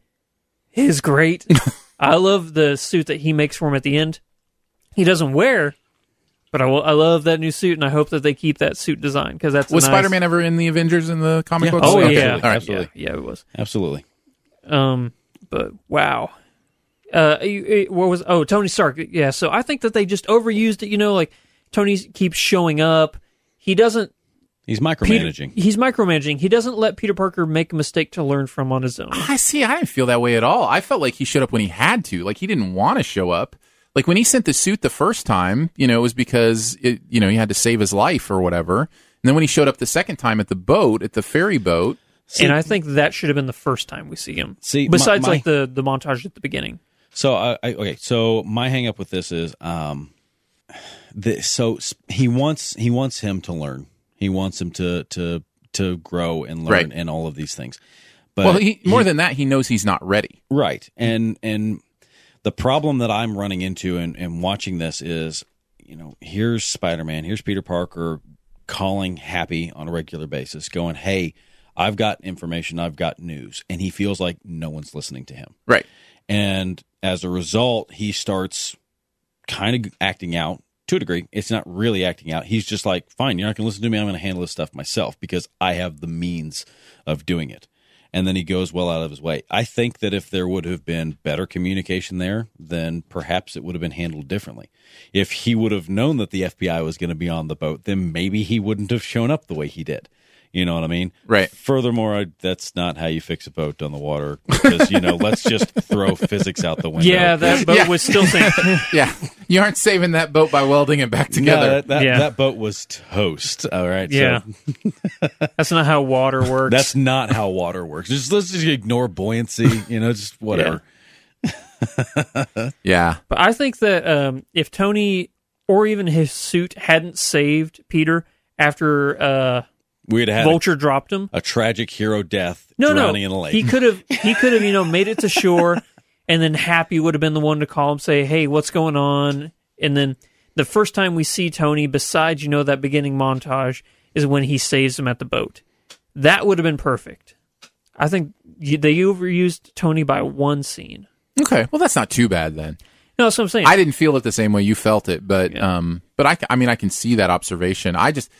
[SPEAKER 2] is great. I love the suit that he makes for him at the end. He doesn't wear, but I, will, I love that new suit, and I hope that they keep that suit design because that's a
[SPEAKER 1] Was
[SPEAKER 2] nice-
[SPEAKER 1] Spider Man ever in the Avengers in the comic
[SPEAKER 3] Yeah.
[SPEAKER 1] books?
[SPEAKER 2] Oh
[SPEAKER 1] Okay.
[SPEAKER 2] yeah,
[SPEAKER 1] All right.
[SPEAKER 3] Absolutely.
[SPEAKER 2] yeah, yeah, it was.
[SPEAKER 3] Absolutely.
[SPEAKER 2] Um, but wow. Uh, you- it- what was? Oh, Tony Stark. Yeah. So I think that they just overused it. You know, like Tony keeps showing up. He doesn't.
[SPEAKER 3] He's
[SPEAKER 2] Peter-
[SPEAKER 3] micromanaging.
[SPEAKER 2] he's micromanaging. He doesn't let Peter Parker make a mistake to learn from on his own.
[SPEAKER 1] I see. I didn't feel that way at all. I felt like he showed up when he had to. Like he didn't want to show up. Like when he sent the suit the first time, you know, it was because it, you know, he had to save his life or whatever. And then when he showed up the second time at the boat, at the ferry boat,
[SPEAKER 2] and I think that should have been the first time we see him.
[SPEAKER 3] See, my-
[SPEAKER 2] besides
[SPEAKER 3] my-
[SPEAKER 2] like the the montage at the beginning.
[SPEAKER 3] So I, I okay. So my hang up with this is um, the, so s- he wants he wants him to learn. He wants him to to to grow and learn
[SPEAKER 1] Right.
[SPEAKER 3] and all of these things. But
[SPEAKER 1] well, he, more than that, he knows he's not ready.
[SPEAKER 3] right and and the problem that I'm running into and and watching this is you know here's Spider Man, here's Peter Parker calling Happy on a regular basis, going hey. I've got information, I've got news, and he feels like no one's listening to him
[SPEAKER 1] Right.
[SPEAKER 3] and as a result he starts kind of acting out to a degree it's not really acting out he's just like fine you're not going to listen to me i'm going to handle this stuff myself because i have the means of doing it and then he goes well out of his way i think that if there would have been better communication there then perhaps it would have been handled differently if he would have known that the fbi was going to be on the boat then maybe he wouldn't have shown up the way he did you know what i mean
[SPEAKER 1] Right.
[SPEAKER 3] Furthermore, I, that's not how you fix a boat on the water because you know let's just throw physics out the window.
[SPEAKER 2] Yeah, that boat
[SPEAKER 1] Yeah.
[SPEAKER 2] was still saying.
[SPEAKER 1] Yeah. you aren't saving that boat by welding it back
[SPEAKER 3] No,
[SPEAKER 1] together.
[SPEAKER 3] that, that,
[SPEAKER 2] Yeah.
[SPEAKER 3] that boat was toast. All right, so
[SPEAKER 2] yeah, that's not how water works.
[SPEAKER 3] that's not how water works. Just let's just ignore buoyancy. You know, just whatever.
[SPEAKER 1] yeah.
[SPEAKER 2] But I think that um, if Tony or even his suit hadn't saved Peter after uh,
[SPEAKER 3] We'd have had a,
[SPEAKER 2] Vulture dropped him,
[SPEAKER 3] a tragic hero death
[SPEAKER 2] no, no,
[SPEAKER 3] drowning in a lake.
[SPEAKER 2] he could have he could have you know made it to shore, and then Happy would have been the one to call him, say, "Hey, what's going on?" And then the first time we see Tony, besides you know that beginning montage, is when he saves him at the boat. That would have been perfect. I think you- they overused Tony by one scene.
[SPEAKER 1] Okay. Well, that's not too bad then.
[SPEAKER 2] No, that's what I'm saying.
[SPEAKER 1] I didn't feel it the same way you felt it, but um, but I, c- I mean, I can see that observation. I just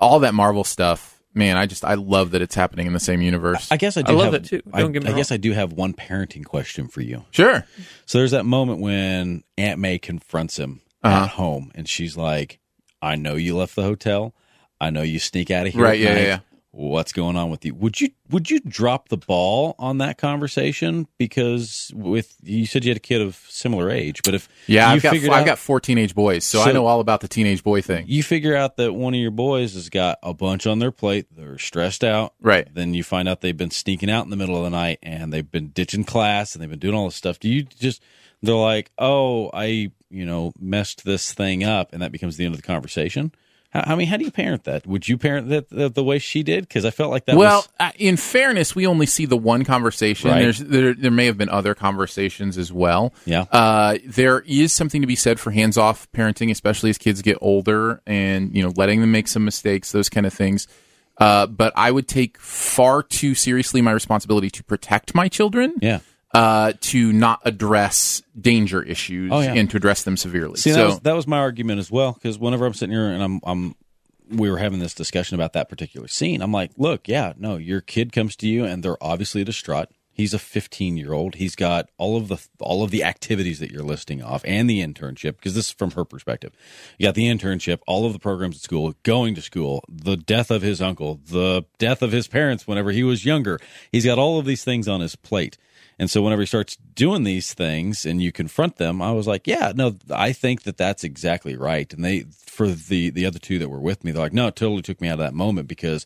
[SPEAKER 1] all that Marvel stuff, man. I just I love that it's happening in the same universe.
[SPEAKER 3] I guess I do
[SPEAKER 2] love
[SPEAKER 3] have,
[SPEAKER 2] it, too.
[SPEAKER 3] I,
[SPEAKER 2] Don't get me
[SPEAKER 3] I
[SPEAKER 2] wrong.
[SPEAKER 3] guess I do have one parenting question for you.
[SPEAKER 1] sure.
[SPEAKER 3] So there's that moment when Aunt May confronts him
[SPEAKER 1] Uh-huh.
[SPEAKER 3] at home, and she's like, "I know you left the hotel. I know you sneak out of here.
[SPEAKER 1] Right,
[SPEAKER 3] at
[SPEAKER 1] yeah, yeah,
[SPEAKER 3] night.
[SPEAKER 1] yeah.
[SPEAKER 3] What's going on with you? Would you would you drop the ball on that conversation? Because with you said you had a kid of similar age, but if
[SPEAKER 1] Yeah,
[SPEAKER 3] you
[SPEAKER 1] I've got
[SPEAKER 3] figured
[SPEAKER 1] I've
[SPEAKER 3] out-
[SPEAKER 1] got four teenage boys, so, I
[SPEAKER 3] So-
[SPEAKER 1] know all about the teenage boy thing.
[SPEAKER 3] you figure out that one of your boys has got a bunch on their plate. They're stressed out.
[SPEAKER 1] Right.
[SPEAKER 3] Then you find out they've been sneaking out in the middle of the night and they've been ditching class and they've been doing all this stuff. Do you just, they're like, oh, I, you know, messed this thing up and that becomes the end of the conversation? How, I mean, how do you parent that? Would you parent that, that the way she did? Because I felt like that
[SPEAKER 1] well,
[SPEAKER 3] was.
[SPEAKER 1] uh, in fairness, we only see the one conversation.
[SPEAKER 3] Right.
[SPEAKER 1] There's there, there may have been other conversations as well.
[SPEAKER 3] Yeah.
[SPEAKER 1] Uh, there is something to be said for hands-off parenting, especially as kids get older, and you know, letting them make some mistakes, those kind of things. Uh, but I would take far too seriously my responsibility to protect my children.
[SPEAKER 3] Yeah.
[SPEAKER 1] Uh, to not address danger issues
[SPEAKER 3] Oh, yeah.
[SPEAKER 1] and to address them severely.
[SPEAKER 3] See, that,
[SPEAKER 1] so
[SPEAKER 3] was, that was my argument as well. Because whenever I'm sitting here and I'm, I'm, we were having this discussion about that particular scene. I'm like, look, yeah, no, your kid comes to you and they're obviously distraught. He's a 15 year old. He's got all of the all of the activities that you're listing off and the internship because this is from her perspective. You got the internship, all of the programs at school, going to school, the death of his uncle, the death of his parents whenever he was younger. He's got all of these things on his plate. And so whenever he starts doing these things and you confront them, I was like, yeah, no, I think that that's exactly right. And they for the the other two that were with me, they're like, no, it totally took me out of that moment because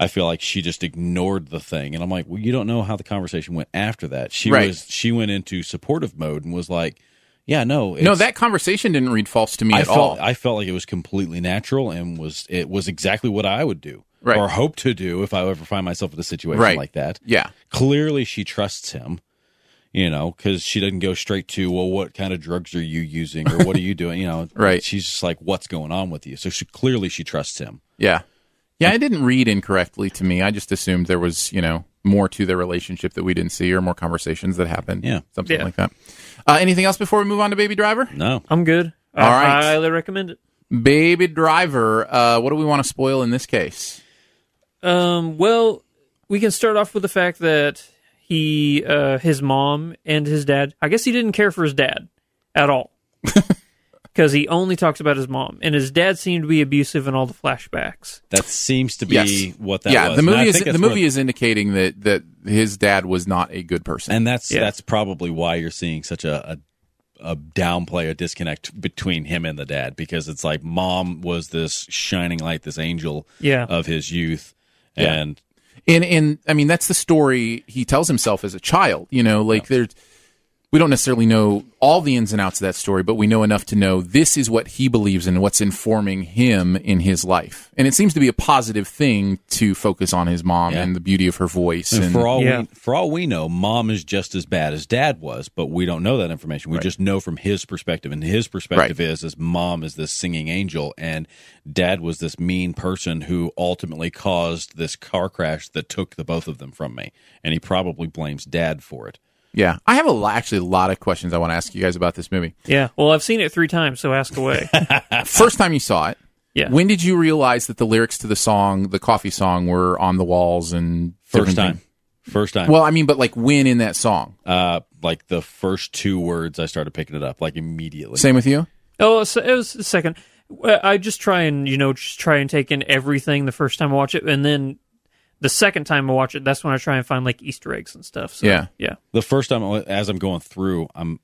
[SPEAKER 3] I feel like she just ignored the thing. And I'm like, well, you don't know how the conversation went after that. She
[SPEAKER 1] Right.
[SPEAKER 3] was she went into supportive mode and was like, yeah, no,
[SPEAKER 1] no,
[SPEAKER 3] it's-
[SPEAKER 1] that conversation didn't read false to me
[SPEAKER 3] I
[SPEAKER 1] at
[SPEAKER 3] felt
[SPEAKER 1] all.
[SPEAKER 3] I felt like it was completely natural and was it was exactly what I would do
[SPEAKER 1] Right.
[SPEAKER 3] or hope to do if I ever find myself in a situation
[SPEAKER 1] Right.
[SPEAKER 3] like that
[SPEAKER 1] yeah.
[SPEAKER 3] clearly she trusts him you know because she doesn't go straight to well what kind of drugs are you using or what are you doing you know
[SPEAKER 1] Right.
[SPEAKER 3] she's just like what's going on with you so she clearly she trusts him
[SPEAKER 1] Yeah. Yeah, I didn't read incorrectly to me. I just assumed there was, you know, more to their relationship that we didn't see or more conversations that happened.
[SPEAKER 3] Yeah.
[SPEAKER 1] Something
[SPEAKER 2] Yeah.
[SPEAKER 1] like that. Uh, anything else before we move on to Baby Driver?
[SPEAKER 3] no
[SPEAKER 2] I'm good.
[SPEAKER 1] All
[SPEAKER 2] I
[SPEAKER 1] right.
[SPEAKER 2] highly recommend it.
[SPEAKER 1] Baby Driver, uh, what do we want to spoil in this case?
[SPEAKER 2] Um, well, we can start off with the fact that he, uh, his mom and his dad. I guess he didn't care for his dad at all because he only talks about his mom, and his dad seemed to be abusive in all the flashbacks.
[SPEAKER 3] that seems to be
[SPEAKER 1] Yes.
[SPEAKER 3] what that
[SPEAKER 1] yeah,
[SPEAKER 3] was
[SPEAKER 1] the
[SPEAKER 3] And I
[SPEAKER 1] movie is
[SPEAKER 3] think
[SPEAKER 1] the
[SPEAKER 3] that's
[SPEAKER 1] movie
[SPEAKER 3] where-
[SPEAKER 1] is indicating that that his dad was not a good person.
[SPEAKER 3] and that's
[SPEAKER 2] Yeah.
[SPEAKER 3] that's probably why you're seeing such a, a a downplay a disconnect between him and the dad because it's like mom was this shining light this angel
[SPEAKER 2] Yeah.
[SPEAKER 3] of his youth
[SPEAKER 1] Yeah.
[SPEAKER 3] and
[SPEAKER 1] And and I mean that's the story he tells himself as a child. You know, like there's we don't necessarily know all the ins and outs of that story, but we know enough to know this is what he believes in, what's informing him in his life. And it seems to be a positive thing to focus on his mom
[SPEAKER 3] Yeah.
[SPEAKER 1] and the beauty of her voice.
[SPEAKER 3] And
[SPEAKER 1] And,
[SPEAKER 3] for all
[SPEAKER 2] Yeah.
[SPEAKER 3] we, for all we know, mom is just as bad as dad was, but we don't know that information. We just know from his perspective, and his perspective is is mom is this singing angel, and dad was this mean person who ultimately caused this car crash that took the both of them from me, and he probably blames dad for it.
[SPEAKER 1] yeah, I have a lot, actually a lot of questions I want to ask you guys about this movie.
[SPEAKER 2] Yeah. Well, I've seen it three times, so ask away.
[SPEAKER 1] First time you saw it,
[SPEAKER 2] Yeah.
[SPEAKER 1] when did you realize that the lyrics to the song, the coffee song, were on the walls and different
[SPEAKER 3] First time,
[SPEAKER 1] things?
[SPEAKER 3] first time.
[SPEAKER 1] Well, I mean, but like when in that song?
[SPEAKER 3] uh, like the first two words, I started picking it up like immediately.
[SPEAKER 1] Same with you?
[SPEAKER 2] Oh, so it was the second. Well, I just try and you know just try and take in everything the first time I watch it, and then the second time I watch it, that's when I try and find like Easter eggs and stuff. So,
[SPEAKER 1] Yeah.
[SPEAKER 2] yeah,
[SPEAKER 3] the first time as I'm going through, I'm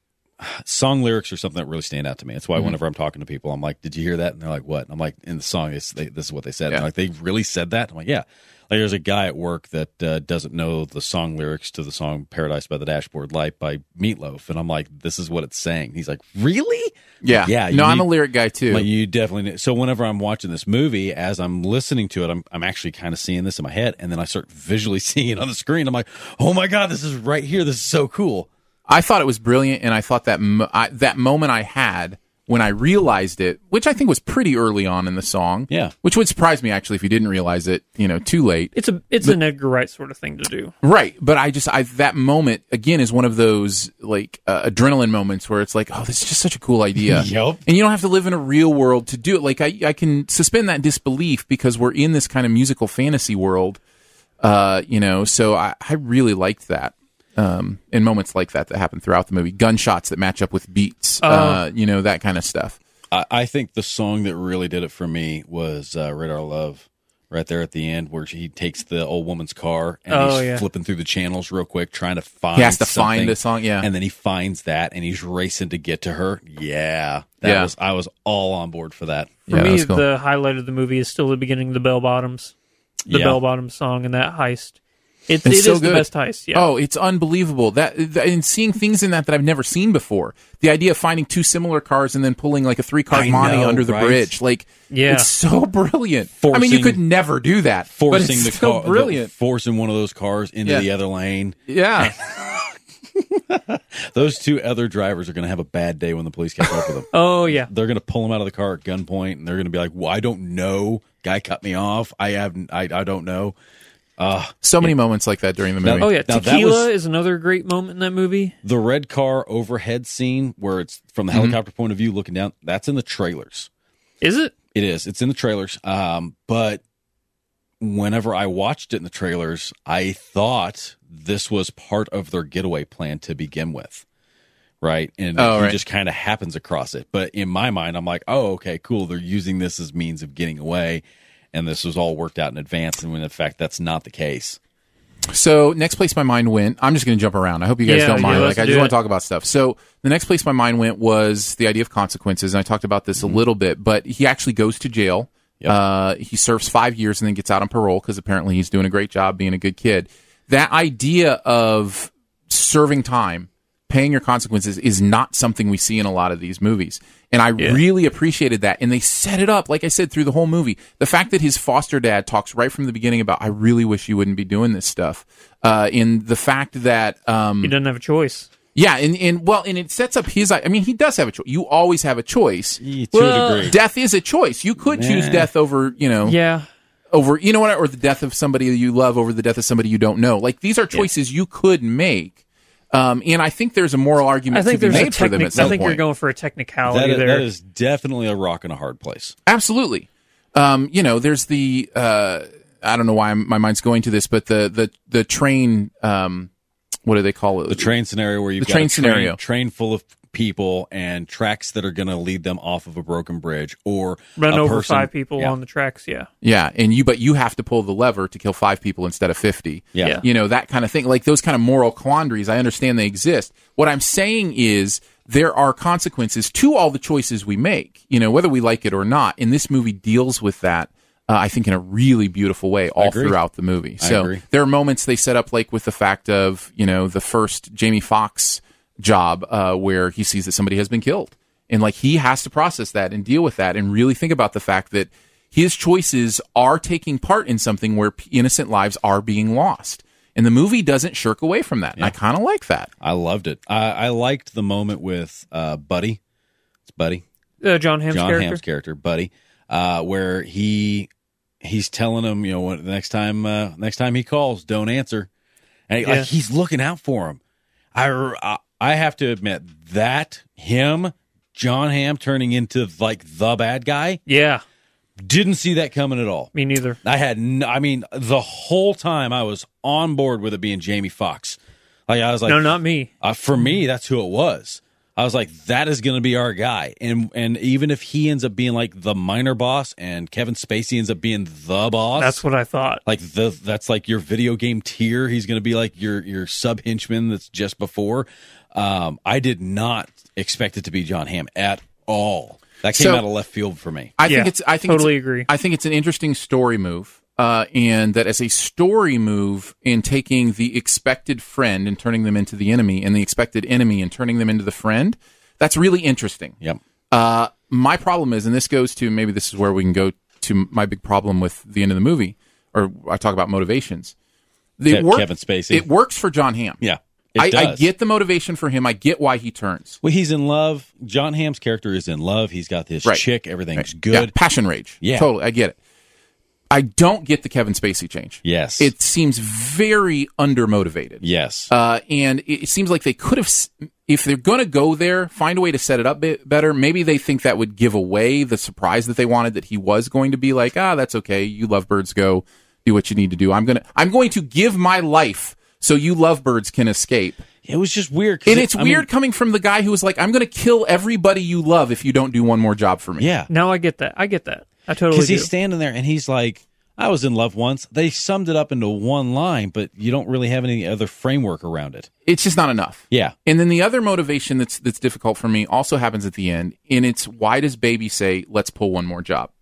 [SPEAKER 3] song lyrics are something that really stand out to me. That's why whenever I'm talking to people, I'm like, "Did you hear that?" And they're like, "What?" And I'm like, "In the song, it's, they, this is what they said." And
[SPEAKER 1] Yeah.
[SPEAKER 3] they're like, "They really said that?" I'm like, "Yeah." Like, there's a guy at work that uh, doesn't know the song lyrics to the song "Paradise by the Dashboard Light" by Meatloaf, and I'm like, "This is what it's saying." He's like, "Really?"
[SPEAKER 1] Yeah.
[SPEAKER 3] Yeah, you
[SPEAKER 1] No, I'm
[SPEAKER 3] need-
[SPEAKER 1] a lyric guy too.
[SPEAKER 3] Like you definitely need- so whenever I'm watching this movie, as I'm listening to it, I'm I'm actually kind of seeing this in my head, and then I start visually seeing it on the screen. I'm like, oh my god, this is right here. This is so cool.
[SPEAKER 1] I thought it was brilliant, and I thought that mo- I, that moment I had when I realized it, which I think was pretty early on in the song,
[SPEAKER 3] Yeah.
[SPEAKER 1] which would surprise me actually if you didn't realize it, you know, too late,
[SPEAKER 2] it's a it's an Edgar Wright sort of thing to do.
[SPEAKER 1] right? But I just I that moment again is one of those like uh, adrenaline moments where it's like, oh, this is just such a cool idea,
[SPEAKER 3] Yep.
[SPEAKER 1] and you don't have to live in a real world to do it. Like I I can suspend that disbelief because we're in this kind of musical fantasy world, uh, you know. So I I really liked that. Um, and moments like that that happen throughout the movie, gunshots that match up with beats, uh, you know that kind of stuff.
[SPEAKER 3] I, I think the song that really did it for me was uh, "Radar Love." Right there at the end, where he takes the old woman's car and
[SPEAKER 2] Oh,
[SPEAKER 3] he's
[SPEAKER 2] yeah.
[SPEAKER 3] flipping through the channels real quick, trying to find.
[SPEAKER 1] He has to
[SPEAKER 3] something.
[SPEAKER 1] find a song. Yeah.
[SPEAKER 3] and then he finds that and he's racing to get to her. Yeah, that
[SPEAKER 1] Yeah.
[SPEAKER 3] was I was all on board for that.
[SPEAKER 2] For
[SPEAKER 1] Yeah,
[SPEAKER 2] me,
[SPEAKER 1] that's cool.
[SPEAKER 2] the highlight of the movie is still the beginning, the bell bottoms, the
[SPEAKER 3] Yeah.
[SPEAKER 2] bell bottom song, and that heist. It's,
[SPEAKER 1] It's
[SPEAKER 2] it
[SPEAKER 1] so
[SPEAKER 2] is
[SPEAKER 1] good.
[SPEAKER 2] the best heist. Yeah.
[SPEAKER 1] Oh, it's unbelievable that th- and seeing things in that that I've never seen before. The idea of finding two similar cars and then pulling like a three car
[SPEAKER 3] I
[SPEAKER 1] Monte
[SPEAKER 3] know,
[SPEAKER 1] under the
[SPEAKER 3] right?
[SPEAKER 1] bridge, like
[SPEAKER 2] Yeah.
[SPEAKER 1] it's so brilliant. I mean, you
[SPEAKER 3] Forcing-
[SPEAKER 1] could never do that. but
[SPEAKER 3] Forcing
[SPEAKER 1] it's
[SPEAKER 3] the
[SPEAKER 1] so
[SPEAKER 3] car, the-
[SPEAKER 1] brilliant.
[SPEAKER 3] forcing one of those cars into
[SPEAKER 1] Yeah.
[SPEAKER 3] the other lane.
[SPEAKER 1] yeah,
[SPEAKER 3] Those two other drivers are going to have a bad day when the police catch up with them.
[SPEAKER 2] Oh, yeah.
[SPEAKER 3] They're going to pull them out of the car at gunpoint, and they're going to be like, "Well, I don't know. Guy cut me off. I have. I, I don't know."
[SPEAKER 1] so many moments like that during the movie.
[SPEAKER 2] Oh yeah.
[SPEAKER 3] Now, that
[SPEAKER 2] Tequila
[SPEAKER 3] was-
[SPEAKER 2] is another great moment in that movie.
[SPEAKER 3] The red car overhead scene, where it's from the
[SPEAKER 1] Mm-hmm.
[SPEAKER 3] helicopter point of view looking down, that's in the trailers.
[SPEAKER 2] Is it?
[SPEAKER 1] Hmm.
[SPEAKER 3] It is. It's in the trailers. Um, but whenever I watched it in the trailers, I thought this was part of their getaway plan to begin with. Right. And
[SPEAKER 1] Oh,
[SPEAKER 3] it
[SPEAKER 1] right.
[SPEAKER 3] just kind of happens across it. But in my mind, I'm like, oh, okay, cool. They're using this as means of getting away. And this was all worked out in advance. And when in fact, that's not the case. oh.
[SPEAKER 1] So next place my mind went. I'm just going to jump around. I hope you guys
[SPEAKER 2] Yeah,
[SPEAKER 1] don't
[SPEAKER 2] yeah,
[SPEAKER 1] mind.
[SPEAKER 2] let's
[SPEAKER 1] like I
[SPEAKER 2] do
[SPEAKER 1] just want
[SPEAKER 2] it.
[SPEAKER 1] to talk about stuff. So the next place my mind went was the idea of consequences, and I talked about this a little bit. But he actually goes to jail. Uh, he serves five years and then gets out on parole because apparently he's doing a great job being a good kid. That idea of serving time, paying your consequences, is not something we see in a lot of these movies. And I really appreciated that. And they set it up, like I said, through the whole movie. The fact that his foster dad talks right from the beginning about, I really wish you wouldn't be doing this stuff. Uh, in the fact that, um,
[SPEAKER 2] He doesn't have a choice.
[SPEAKER 1] yeah, and, and well, and it sets up his, I mean, he does have a choice. You always have a choice.
[SPEAKER 3] To
[SPEAKER 2] Well,
[SPEAKER 3] a degree.
[SPEAKER 1] Death is a choice. You could choose
[SPEAKER 3] Nah.
[SPEAKER 1] death over, you know,
[SPEAKER 2] Yeah.
[SPEAKER 1] over you know what or the death of somebody you love over the death of somebody you don't know like these are choices you could make um, and i think there's a moral
[SPEAKER 2] I
[SPEAKER 1] argument
[SPEAKER 2] think
[SPEAKER 1] to be
[SPEAKER 2] there's a
[SPEAKER 1] made for them
[SPEAKER 2] technic.
[SPEAKER 1] at some
[SPEAKER 2] I think
[SPEAKER 1] point
[SPEAKER 2] you're going for a technicality
[SPEAKER 3] That is,
[SPEAKER 2] there.
[SPEAKER 3] that is definitely a rock and a hard place.
[SPEAKER 1] absolutely um, you know there's the uh, i don't know why I'm, my mind's going to this but the the the train um, what do they call it
[SPEAKER 3] The train scenario where you've
[SPEAKER 1] The
[SPEAKER 3] got
[SPEAKER 1] train
[SPEAKER 3] a train,
[SPEAKER 1] scenario.
[SPEAKER 3] train full of people and tracks that are going to lead them off of a broken bridge or
[SPEAKER 2] Run
[SPEAKER 3] a
[SPEAKER 2] over
[SPEAKER 3] person-
[SPEAKER 2] five people
[SPEAKER 3] yeah.
[SPEAKER 2] on the tracks. Yeah.
[SPEAKER 1] yeah and you but you have to pull the lever to kill five people instead of 50
[SPEAKER 3] Yeah.
[SPEAKER 2] Yeah.
[SPEAKER 1] you know that kind of thing like those kind of moral quandaries i understand they exist what i'm saying is there are consequences to all the choices we make you know whether we like it or not and this movie deals with that uh, i think in a really beautiful way all
[SPEAKER 3] agree.
[SPEAKER 1] throughout the movie
[SPEAKER 3] I
[SPEAKER 1] so
[SPEAKER 3] agree.
[SPEAKER 1] there are moments they set up like with the fact of you know the first jamie fox job uh, where he sees that somebody has been killed and like he has to process that and deal with that and really think about the fact that his choices are taking part in something where p- innocent lives are being lost and the movie doesn't shirk away from that and i kind of like that
[SPEAKER 3] I loved it. I, I liked the moment with uh, Buddy. It's Buddy.
[SPEAKER 2] Uh, John Hamm's
[SPEAKER 3] John
[SPEAKER 2] character.
[SPEAKER 3] Hamm's character, Buddy, uh, where he he's telling him, you know, what, the next time uh, next time he calls, don't answer, and he-
[SPEAKER 2] Yeah.
[SPEAKER 3] like he's looking out for him. I, r- I- I have to admit that him John Ham turning into like the bad guy
[SPEAKER 2] Yeah.
[SPEAKER 3] didn't see that coming at all.
[SPEAKER 2] Me neither.
[SPEAKER 3] I had, n- I mean, the whole time I was on board with it being Jamie Fox. Like I was like,
[SPEAKER 2] no, not me.
[SPEAKER 3] uh, for me, that's who it was. I was like, that is going to be our guy, and and even if he ends up being like the minor boss, and Kevin Spacey ends up being the boss,
[SPEAKER 2] That's what I thought.
[SPEAKER 3] like the that's like your video game tier. He's going to be like your your sub henchman that's just before. Um, I did not expect it to be John Hamm at all. That came
[SPEAKER 1] So-
[SPEAKER 3] out of left field for me.
[SPEAKER 1] i
[SPEAKER 2] Yeah,
[SPEAKER 1] think it's i think
[SPEAKER 2] totally
[SPEAKER 1] it's,
[SPEAKER 2] agree.
[SPEAKER 1] i think it's an interesting story move uh, and that as a story move in taking the expected friend and turning them into the enemy and the expected enemy and turning them into the friend that's really interesting
[SPEAKER 3] Yep.
[SPEAKER 1] Uh, my problem is, and this goes to maybe this is where we can go to my big problem with the end of the movie, or I talk about motivations. It
[SPEAKER 3] Ke- Kevin Spacey.
[SPEAKER 1] It works for John Hamm.
[SPEAKER 3] Yeah, it
[SPEAKER 1] I, I
[SPEAKER 3] does.
[SPEAKER 1] get the motivation for him. I get why he turns.
[SPEAKER 3] Well, he's in love. John Hamm's character is in love. He's got this
[SPEAKER 1] Right.
[SPEAKER 3] chick. Everything's
[SPEAKER 1] Yeah,
[SPEAKER 3] good.
[SPEAKER 1] passion rage.
[SPEAKER 3] Yeah.
[SPEAKER 1] totally. I get it. I don't get the Kevin Spacey change.
[SPEAKER 3] Yes.
[SPEAKER 1] It seems very undermotivated.
[SPEAKER 3] yes.
[SPEAKER 1] Uh, and it it seems like they could have, s- if they're going to go there, find a way to set it up bit better. Maybe they think that would give away the surprise that they wanted that he was going to be like, ah, that's okay. You lovebirds go do what you need to do. I'm going to, I'm going to give my life so you lovebirds can escape.
[SPEAKER 3] It was just weird. 'cause
[SPEAKER 1] And
[SPEAKER 3] it-
[SPEAKER 1] it's
[SPEAKER 3] I mean,
[SPEAKER 1] weird coming from the guy who was like, I'm going to kill everybody you love if you don't do one more job for me.
[SPEAKER 3] yeah.
[SPEAKER 2] Now I get that. I get that. I totally
[SPEAKER 3] Because
[SPEAKER 2] do.
[SPEAKER 3] he's standing there and he's like, I was in love once. They summed it up into one line, but you don't really have any other framework around it.
[SPEAKER 1] It's just not enough.
[SPEAKER 3] Yeah.
[SPEAKER 1] And then the other motivation that's that's difficult for me also happens at the end, and it's why does Baby say, "Let's pull one more job"?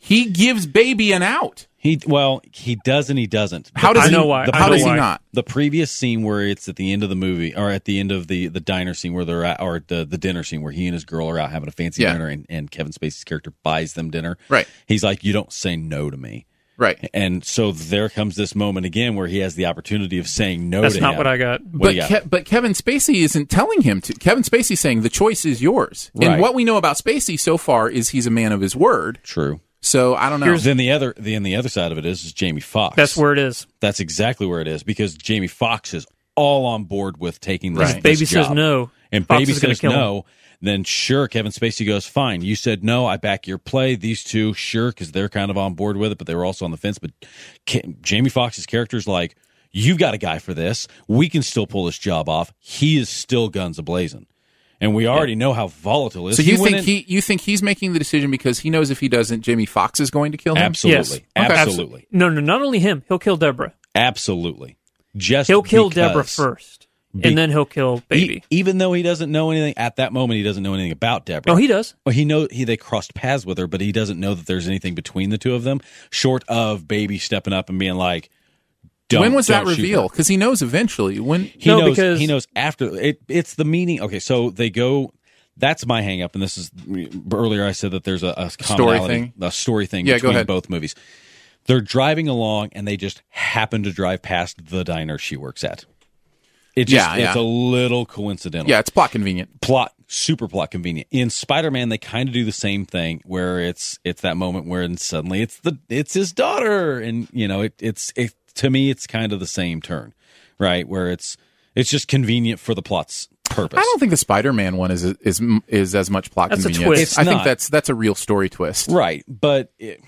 [SPEAKER 1] He gives Baby an out.
[SPEAKER 3] He well, he does and he doesn't.
[SPEAKER 1] How does
[SPEAKER 2] I
[SPEAKER 1] he,
[SPEAKER 2] know why.
[SPEAKER 1] the-
[SPEAKER 2] I
[SPEAKER 1] How
[SPEAKER 2] know
[SPEAKER 1] does he
[SPEAKER 2] why.
[SPEAKER 1] not?
[SPEAKER 3] the previous scene where it's at the end of the movie or at the end of the the diner scene where they're at or the, the dinner scene where he and his girl are out having a fancy
[SPEAKER 1] Yeah.
[SPEAKER 3] dinner and, and Kevin Spacey's character buys them dinner.
[SPEAKER 1] Right.
[SPEAKER 3] He's like, You don't say no to me.
[SPEAKER 1] Right.
[SPEAKER 3] And so there comes this moment again where he has the opportunity of saying no
[SPEAKER 2] That's
[SPEAKER 3] to
[SPEAKER 2] not
[SPEAKER 3] him.
[SPEAKER 2] what I got.
[SPEAKER 3] What do
[SPEAKER 1] But
[SPEAKER 3] you got?
[SPEAKER 1] Ke- but Kevin Spacey isn't telling him to. Kevin Spacey's saying the choice is yours.
[SPEAKER 3] Right.
[SPEAKER 1] And what we know about Spacey so far is he's a man of his word.
[SPEAKER 3] True.
[SPEAKER 1] So I don't know.
[SPEAKER 3] Then the other then the other side of it is is Jamie Foxx.
[SPEAKER 2] That's where it is.
[SPEAKER 3] That's exactly where it is because Jamie Foxx is all on board with taking this.
[SPEAKER 1] Right.
[SPEAKER 3] this
[SPEAKER 2] Baby says
[SPEAKER 3] job.
[SPEAKER 2] no.
[SPEAKER 3] and
[SPEAKER 2] Fox
[SPEAKER 3] Baby
[SPEAKER 2] is gonna
[SPEAKER 3] says
[SPEAKER 2] kill him.
[SPEAKER 3] no. Then sure, Kevin Spacey goes fine. You said no. I back your play. These two sure because they're kind of on board with it, but they were also on the fence. But Ca- Jamie Foxx's character is like, you've got a guy for this. We can still pull this job off. He is still guns a blazing, and we already know how volatile it is.
[SPEAKER 1] so you
[SPEAKER 3] went
[SPEAKER 1] think
[SPEAKER 3] in-
[SPEAKER 1] he you think he's making the decision because he knows if he doesn't, Jamie Foxx is going to kill him.
[SPEAKER 3] Absolutely,
[SPEAKER 2] Yes. Okay.
[SPEAKER 3] absolutely,
[SPEAKER 2] No, no, not only him. He'll kill Deborah.
[SPEAKER 3] absolutely. Just
[SPEAKER 2] He'll kill
[SPEAKER 3] because-
[SPEAKER 2] Deborah first,
[SPEAKER 3] Be-
[SPEAKER 2] and then he'll kill
[SPEAKER 3] E-
[SPEAKER 2] Baby.
[SPEAKER 3] even though he doesn't know anything at that moment, he doesn't know anything about Deborah.
[SPEAKER 2] no, he does.
[SPEAKER 3] Well, he know he they crossed paths with her, but he doesn't know that there's anything between the two of them, short of baby stepping up and being like, don't,
[SPEAKER 1] when was that
[SPEAKER 3] don't shoot
[SPEAKER 1] reveal?
[SPEAKER 3] her."
[SPEAKER 1] Because he knows eventually. When
[SPEAKER 3] He
[SPEAKER 2] No,
[SPEAKER 3] knows
[SPEAKER 2] because-
[SPEAKER 3] he knows after it. It's the meaning. Okay, so they go. That's my hang up, and this is earlier. I said that there's a, a commonality-
[SPEAKER 1] thing?
[SPEAKER 3] a story thing
[SPEAKER 1] Yeah, go
[SPEAKER 3] between
[SPEAKER 1] ahead.
[SPEAKER 3] both movies. They're driving along, and they just happen to drive past the diner she works at. It just
[SPEAKER 1] Yeah,
[SPEAKER 3] it's
[SPEAKER 1] yeah.
[SPEAKER 3] a little coincidental
[SPEAKER 1] yeah, it's plot convenient.
[SPEAKER 3] plot super plot convenient in spider-man they kind of do the same thing where it's it's that moment where and suddenly it's the it's his daughter and you know it, it's it, to me it's kind of the same turn right where it's it's just convenient for the plot's purpose
[SPEAKER 1] I don't think the Spider-Man one is is is as much plot
[SPEAKER 2] That's a
[SPEAKER 1] convenience.
[SPEAKER 2] twist.
[SPEAKER 3] It's
[SPEAKER 1] I
[SPEAKER 3] not.
[SPEAKER 1] think that's that's a real story twist.
[SPEAKER 3] right but it,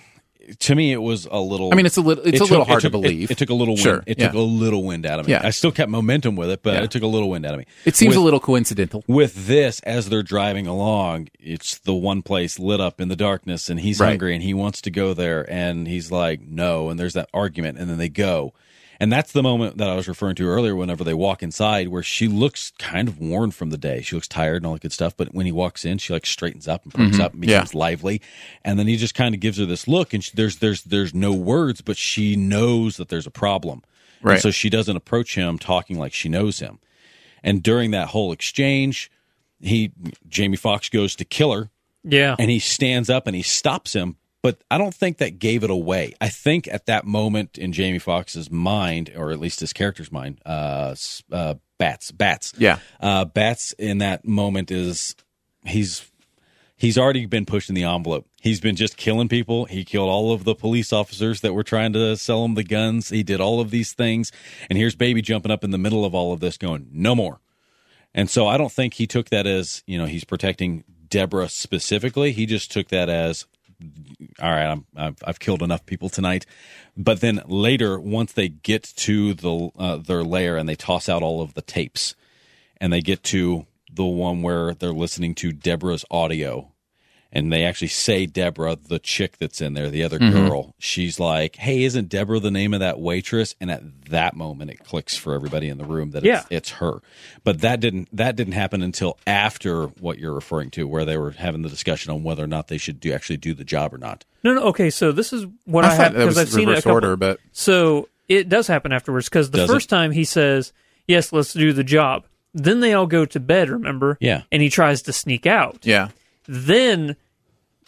[SPEAKER 3] to me it was a little
[SPEAKER 1] I mean, it's a little it's
[SPEAKER 3] it
[SPEAKER 1] a little
[SPEAKER 3] took- it
[SPEAKER 1] hard
[SPEAKER 3] took-
[SPEAKER 1] to
[SPEAKER 3] it-
[SPEAKER 1] believe.
[SPEAKER 3] it, took a little wind
[SPEAKER 1] Sure,
[SPEAKER 3] it took a
[SPEAKER 1] yeah.
[SPEAKER 3] little wind out of me
[SPEAKER 1] Yeah.
[SPEAKER 3] i still kept momentum with it but
[SPEAKER 1] Yeah.
[SPEAKER 3] it took a little wind out of me
[SPEAKER 1] It seems
[SPEAKER 3] With-
[SPEAKER 1] a little coincidental.
[SPEAKER 3] with this as they're driving along it's the one place lit up in the darkness and he's
[SPEAKER 1] Right.
[SPEAKER 3] hungry and he wants to go there and he's like no and there's that argument and then they go and that's the moment that i was referring to earlier whenever they walk inside where she looks kind of worn from the day she looks tired and all that good stuff but when he walks in she like straightens up and perks up and
[SPEAKER 1] Mm-hmm. Yeah.
[SPEAKER 3] becomes lively and then he just kind of gives her this look and she, there's there's there's no words but she knows that there's a problem And
[SPEAKER 1] Right.
[SPEAKER 3] so she doesn't approach him talking like she knows him and during that whole exchange, he Jamie Foxx goes to kill her
[SPEAKER 2] Yeah.
[SPEAKER 3] and he stands up and he stops him. But I don't think that gave it away. I think at that moment in Jamie Foxx's mind, or at least his character's mind, uh, s- uh, Bats, Bats,
[SPEAKER 1] Yeah.
[SPEAKER 3] uh, Bats in that moment is he's he's already been pushing the envelope. He's been just killing people. He killed all of the police officers that were trying to sell him the guns. He did all of these things, and here's baby jumping up in the middle of all of this, going no more. And so I don't think he took that as you know he's protecting Deborah specifically. He just took that as all right, I'm, I've, I've killed enough people tonight. But then later, once they get to the uh, their lair and they toss out all of the tapes, and they get to the one where they're listening to Deborah's audio, and they actually say Deborah, the chick that's in there, the other girl. She's like, "Hey, isn't Deborah the name of that waitress?" And at that moment, it clicks for everybody in the room that it's,
[SPEAKER 2] Yeah.
[SPEAKER 3] it's her. But that didn't that didn't happen until after what you're referring to, where they were having the discussion on whether or not they should do actually do the job or not.
[SPEAKER 2] No, no. Okay, so this is what I,
[SPEAKER 1] I
[SPEAKER 2] have
[SPEAKER 1] thought that
[SPEAKER 2] because
[SPEAKER 1] was
[SPEAKER 2] I've seen it a
[SPEAKER 1] reverse
[SPEAKER 2] couple.
[SPEAKER 1] order, but
[SPEAKER 2] So it does happen afterwards because the
[SPEAKER 3] Does
[SPEAKER 2] first
[SPEAKER 3] it?
[SPEAKER 2] time he says, "Yes, let's do the job." Then they all go to bed. Remember?
[SPEAKER 3] Yeah.
[SPEAKER 2] And he tries to sneak out.
[SPEAKER 1] yeah,
[SPEAKER 2] Then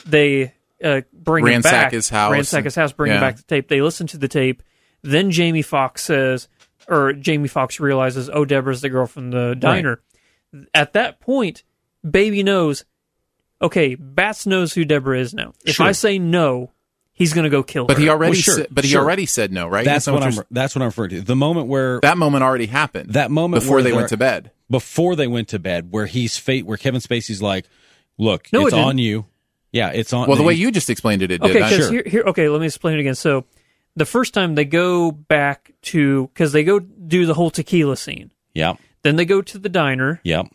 [SPEAKER 2] they uh, bring him
[SPEAKER 1] Ransack
[SPEAKER 2] back,
[SPEAKER 1] his house
[SPEAKER 2] ransack
[SPEAKER 1] and-
[SPEAKER 2] his house, bring him
[SPEAKER 1] yeah.
[SPEAKER 2] back the tape. They listen to the tape. Then Jamie Fox says, or Jamie Fox realizes, "Oh, Deborah's the girl from the diner." At that point, Baby knows. Okay, Bats knows who Deborah is now. If
[SPEAKER 3] Sure.
[SPEAKER 2] I say no, he's gonna go kill
[SPEAKER 1] but
[SPEAKER 2] her.
[SPEAKER 1] he already
[SPEAKER 3] Well, sure,
[SPEAKER 1] said, but he
[SPEAKER 3] sure.
[SPEAKER 1] already said no, right?
[SPEAKER 3] That's
[SPEAKER 1] So
[SPEAKER 3] what I'm.
[SPEAKER 1] just-
[SPEAKER 3] That's what I'm referring to. The moment where
[SPEAKER 1] that moment already happened.
[SPEAKER 3] That moment
[SPEAKER 1] before
[SPEAKER 3] where
[SPEAKER 1] they
[SPEAKER 3] they're-
[SPEAKER 1] went to bed.
[SPEAKER 3] before they went to bed, where he's fate, where Kevin Spacey's like, "Look,
[SPEAKER 2] No,
[SPEAKER 3] it's
[SPEAKER 2] it didn't.
[SPEAKER 3] on you." Yeah, it's on.
[SPEAKER 1] Well, the way you just explained it, it did.
[SPEAKER 2] Okay,
[SPEAKER 1] I-
[SPEAKER 2] because here, here, okay, let me explain it again. So, the first time they go back to because they go do the whole tequila scene.
[SPEAKER 3] yeah,
[SPEAKER 2] Then they go to the diner.
[SPEAKER 3] Yep.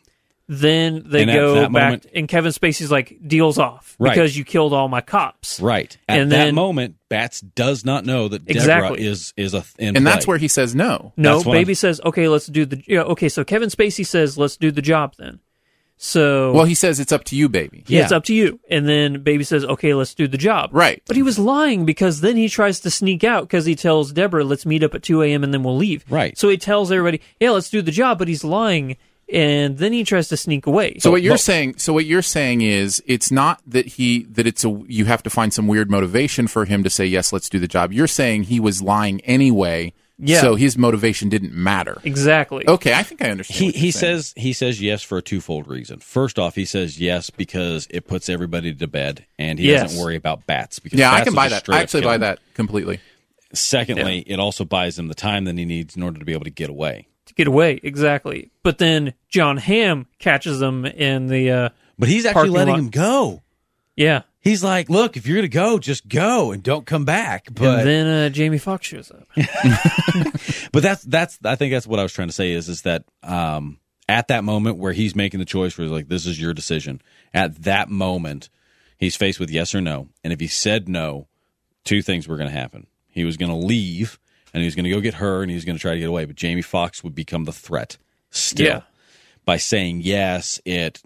[SPEAKER 2] Then they
[SPEAKER 3] And at
[SPEAKER 2] go
[SPEAKER 3] that
[SPEAKER 2] back,
[SPEAKER 3] moment-
[SPEAKER 2] and Kevin Spacey's like, "Deals off
[SPEAKER 3] Right.
[SPEAKER 2] because you killed all my cops."
[SPEAKER 3] Right. At
[SPEAKER 2] And
[SPEAKER 3] that
[SPEAKER 2] then-
[SPEAKER 3] moment, Bats does not know that Deborah
[SPEAKER 2] Exactly.
[SPEAKER 3] is is a in
[SPEAKER 1] and
[SPEAKER 3] play.
[SPEAKER 1] that's where he says no.
[SPEAKER 2] No,
[SPEAKER 3] That's what I'm-
[SPEAKER 2] baby says, "Okay, let's do the." Yeah, okay, so Kevin Spacey says, "Let's do the job then." So
[SPEAKER 1] Well, he says it's up to you, baby.
[SPEAKER 2] Yeah, it's up to you. And then Baby says, okay, let's do the job.
[SPEAKER 1] Right.
[SPEAKER 2] But he was lying because then he tries to sneak out because he tells Deborah, let's meet up at 2 a.m. and then we'll leave.
[SPEAKER 3] Right.
[SPEAKER 2] So he tells everybody, yeah, let's do the job, but he's lying. And then he tries to sneak away.
[SPEAKER 1] So what you're
[SPEAKER 3] Well-
[SPEAKER 1] saying, so what you're saying is, it's not that he that it's a you have to find some weird motivation for him to say yes, let's do the job. You're saying he was lying anyway,
[SPEAKER 2] Yeah.
[SPEAKER 1] so his motivation didn't matter.
[SPEAKER 2] exactly.
[SPEAKER 3] oh,
[SPEAKER 1] Okay, I think I understand.
[SPEAKER 3] he
[SPEAKER 1] what you're
[SPEAKER 3] he
[SPEAKER 1] saying.
[SPEAKER 3] says he says yes for a twofold reason. First off, he says yes because it puts everybody to bed, and he
[SPEAKER 2] Yes.
[SPEAKER 3] doesn't worry about Bats. Because
[SPEAKER 1] "Yeah, I
[SPEAKER 3] Bats
[SPEAKER 1] can
[SPEAKER 3] will
[SPEAKER 1] buy
[SPEAKER 3] just
[SPEAKER 1] that.
[SPEAKER 3] straight
[SPEAKER 1] I
[SPEAKER 3] up
[SPEAKER 1] actually
[SPEAKER 3] kill
[SPEAKER 1] buy
[SPEAKER 3] him.
[SPEAKER 1] that completely."
[SPEAKER 3] Secondly, it also buys him the time that he needs in order to be able to get away.
[SPEAKER 2] To get away. Exactly. But then John Hamm catches them in the, uh,
[SPEAKER 3] But he's actually
[SPEAKER 2] Parking
[SPEAKER 3] letting
[SPEAKER 2] lot.
[SPEAKER 3] him go.
[SPEAKER 2] yeah.
[SPEAKER 3] He's like, look, if you're gonna go, just go and don't come back. But
[SPEAKER 2] and then uh, Jamie Foxx shows up.
[SPEAKER 3] but that's that's I think that's what I was trying to say is is that um at that moment where he's making the choice where he's like this is your decision at that moment he's faced with yes or no and if he said no two things were going to happen he was going to leave and he was going to go get her and he was going to try to get away but Jamie Fox would become the threat still
[SPEAKER 2] Yeah.
[SPEAKER 3] by saying yes it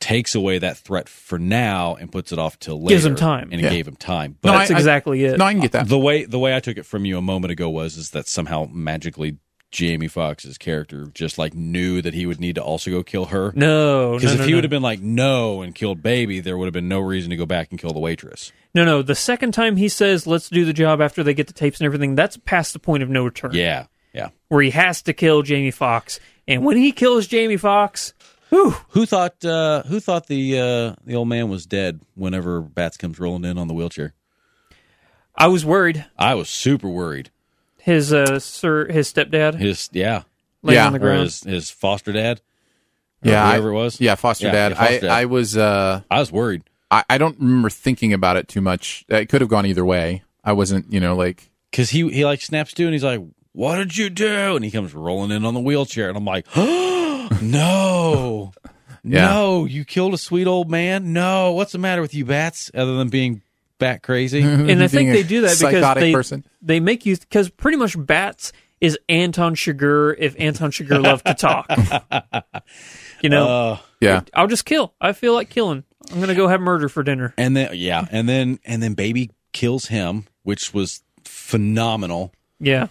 [SPEAKER 3] takes away that threat for now and puts it off till later
[SPEAKER 2] Gives him time.
[SPEAKER 3] and it
[SPEAKER 1] Yeah.
[SPEAKER 3] gave him time but
[SPEAKER 1] No,
[SPEAKER 2] That's
[SPEAKER 1] I- I-
[SPEAKER 2] exactly it.
[SPEAKER 1] No, I can get that.
[SPEAKER 3] the way the way I took it from you a moment ago was is that somehow magically Jamie Foxx's character just like knew that he would need to also go kill her.
[SPEAKER 2] no,
[SPEAKER 3] Because
[SPEAKER 2] no,
[SPEAKER 3] if
[SPEAKER 2] no,
[SPEAKER 3] he
[SPEAKER 2] no.
[SPEAKER 3] would have been like no and killed baby, there would have been no reason to go back and kill the waitress.
[SPEAKER 2] No, no. The second time he says, "Let's do the job," after they get the tapes and everything, that's past the point of no return.
[SPEAKER 3] Yeah, yeah.
[SPEAKER 2] where he has to kill Jamie Fox, and when he kills Jamie Fox, whew,
[SPEAKER 3] Who thought uh, who thought the uh, the old man was dead whenever Bats comes rolling in on the wheelchair?
[SPEAKER 2] I was worried.
[SPEAKER 3] I was super worried.
[SPEAKER 2] His uh, sir, his stepdad
[SPEAKER 3] His yeah,
[SPEAKER 2] laying
[SPEAKER 1] Yeah.
[SPEAKER 2] on the
[SPEAKER 3] or
[SPEAKER 2] ground.
[SPEAKER 3] his his foster dad. or
[SPEAKER 1] yeah,
[SPEAKER 3] whoever
[SPEAKER 1] I,
[SPEAKER 3] it was.
[SPEAKER 1] Yeah, foster
[SPEAKER 3] Yeah,
[SPEAKER 1] dad.
[SPEAKER 3] yeah, foster
[SPEAKER 1] I,
[SPEAKER 3] dad.
[SPEAKER 1] I was. Uh,
[SPEAKER 3] I was worried.
[SPEAKER 1] I, I don't remember thinking about it too much. Uh, It could have gone either way. I wasn't, you know, like
[SPEAKER 3] because he he like snaps to and he's like, "What did you do?" And he comes rolling in on the wheelchair, and I'm like, "No,
[SPEAKER 1] Yeah.
[SPEAKER 3] no, you killed a sweet old man. No, what's the matter with you bats? Other than being bat crazy,
[SPEAKER 2] and I
[SPEAKER 1] Mm-hmm. being
[SPEAKER 2] think
[SPEAKER 1] a
[SPEAKER 2] they do that because
[SPEAKER 1] psychotic
[SPEAKER 2] they
[SPEAKER 1] person.
[SPEAKER 2] they make you because pretty much bats is Anton Chigurh if Anton Chigurh loved to talk. you know,
[SPEAKER 1] yeah.
[SPEAKER 2] I'll just kill. I feel like killing. I'm gonna go have murder for dinner.
[SPEAKER 3] and then yeah, and then and then baby kills him, which was phenomenal.
[SPEAKER 2] Yeah.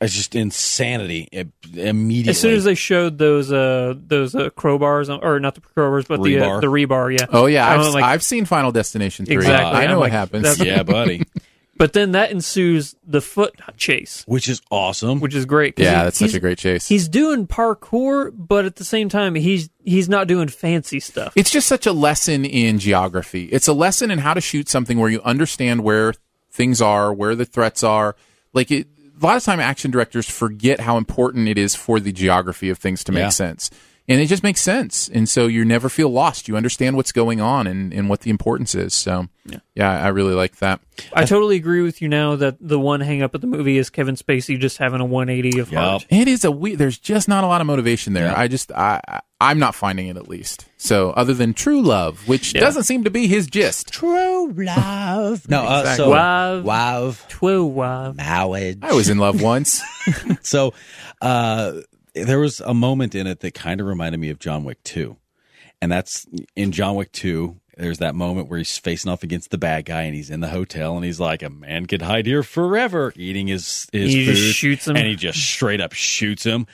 [SPEAKER 3] It's just insanity it, immediately.
[SPEAKER 2] As soon as they showed those uh those uh, crowbars on- or not the crowbars but the uh,
[SPEAKER 3] Rebar.
[SPEAKER 2] the rebar yeah
[SPEAKER 1] Oh yeah,
[SPEAKER 2] I
[SPEAKER 1] I've,
[SPEAKER 2] was like-
[SPEAKER 1] I've seen Final Destination three.
[SPEAKER 2] Exactly.
[SPEAKER 1] I know
[SPEAKER 2] I'm
[SPEAKER 1] what
[SPEAKER 2] like,
[SPEAKER 1] happens.
[SPEAKER 2] that's-
[SPEAKER 3] yeah, buddy,
[SPEAKER 2] but then that ensues the foot chase
[SPEAKER 3] which is awesome.
[SPEAKER 2] which is great 'cause
[SPEAKER 1] Yeah,
[SPEAKER 2] he-
[SPEAKER 1] that's such
[SPEAKER 2] he's-
[SPEAKER 1] a great chase.
[SPEAKER 2] he's doing parkour but at the same time he's he's not doing fancy stuff
[SPEAKER 1] It's just such a lesson in geography. It's a lesson in how to shoot something where you understand where things are, where the threats are. Like it, a lot of time, action directors forget how important it is for the geography of things to make
[SPEAKER 3] Yeah.
[SPEAKER 1] sense, and it just makes sense. And so you never feel lost. You understand what's going on and, and what the importance is. So yeah. I really like that.
[SPEAKER 2] I totally agree with you now that the one hang up of the movie is Kevin Spacey just having a 180 of heart
[SPEAKER 1] It is a we- there's just not a lot of motivation there. I just I I- I'm not finding it at least. So other than true love, which doesn't seem to be his gist.
[SPEAKER 3] True love. No, uh,
[SPEAKER 1] Exactly.
[SPEAKER 3] so
[SPEAKER 2] Love.
[SPEAKER 3] love,
[SPEAKER 2] Twelve uh, wives.
[SPEAKER 3] marriage.
[SPEAKER 1] I was in love once.
[SPEAKER 3] So uh, there was a moment in it that kind of reminded me of John Wick 2. And that's in John Wick 2. There's that moment where he's facing off against the bad guy and he's in the hotel and he's like, a man could hide here forever eating his, his
[SPEAKER 2] He
[SPEAKER 3] food.
[SPEAKER 2] just shoots him.
[SPEAKER 3] And he just straight up shoots him.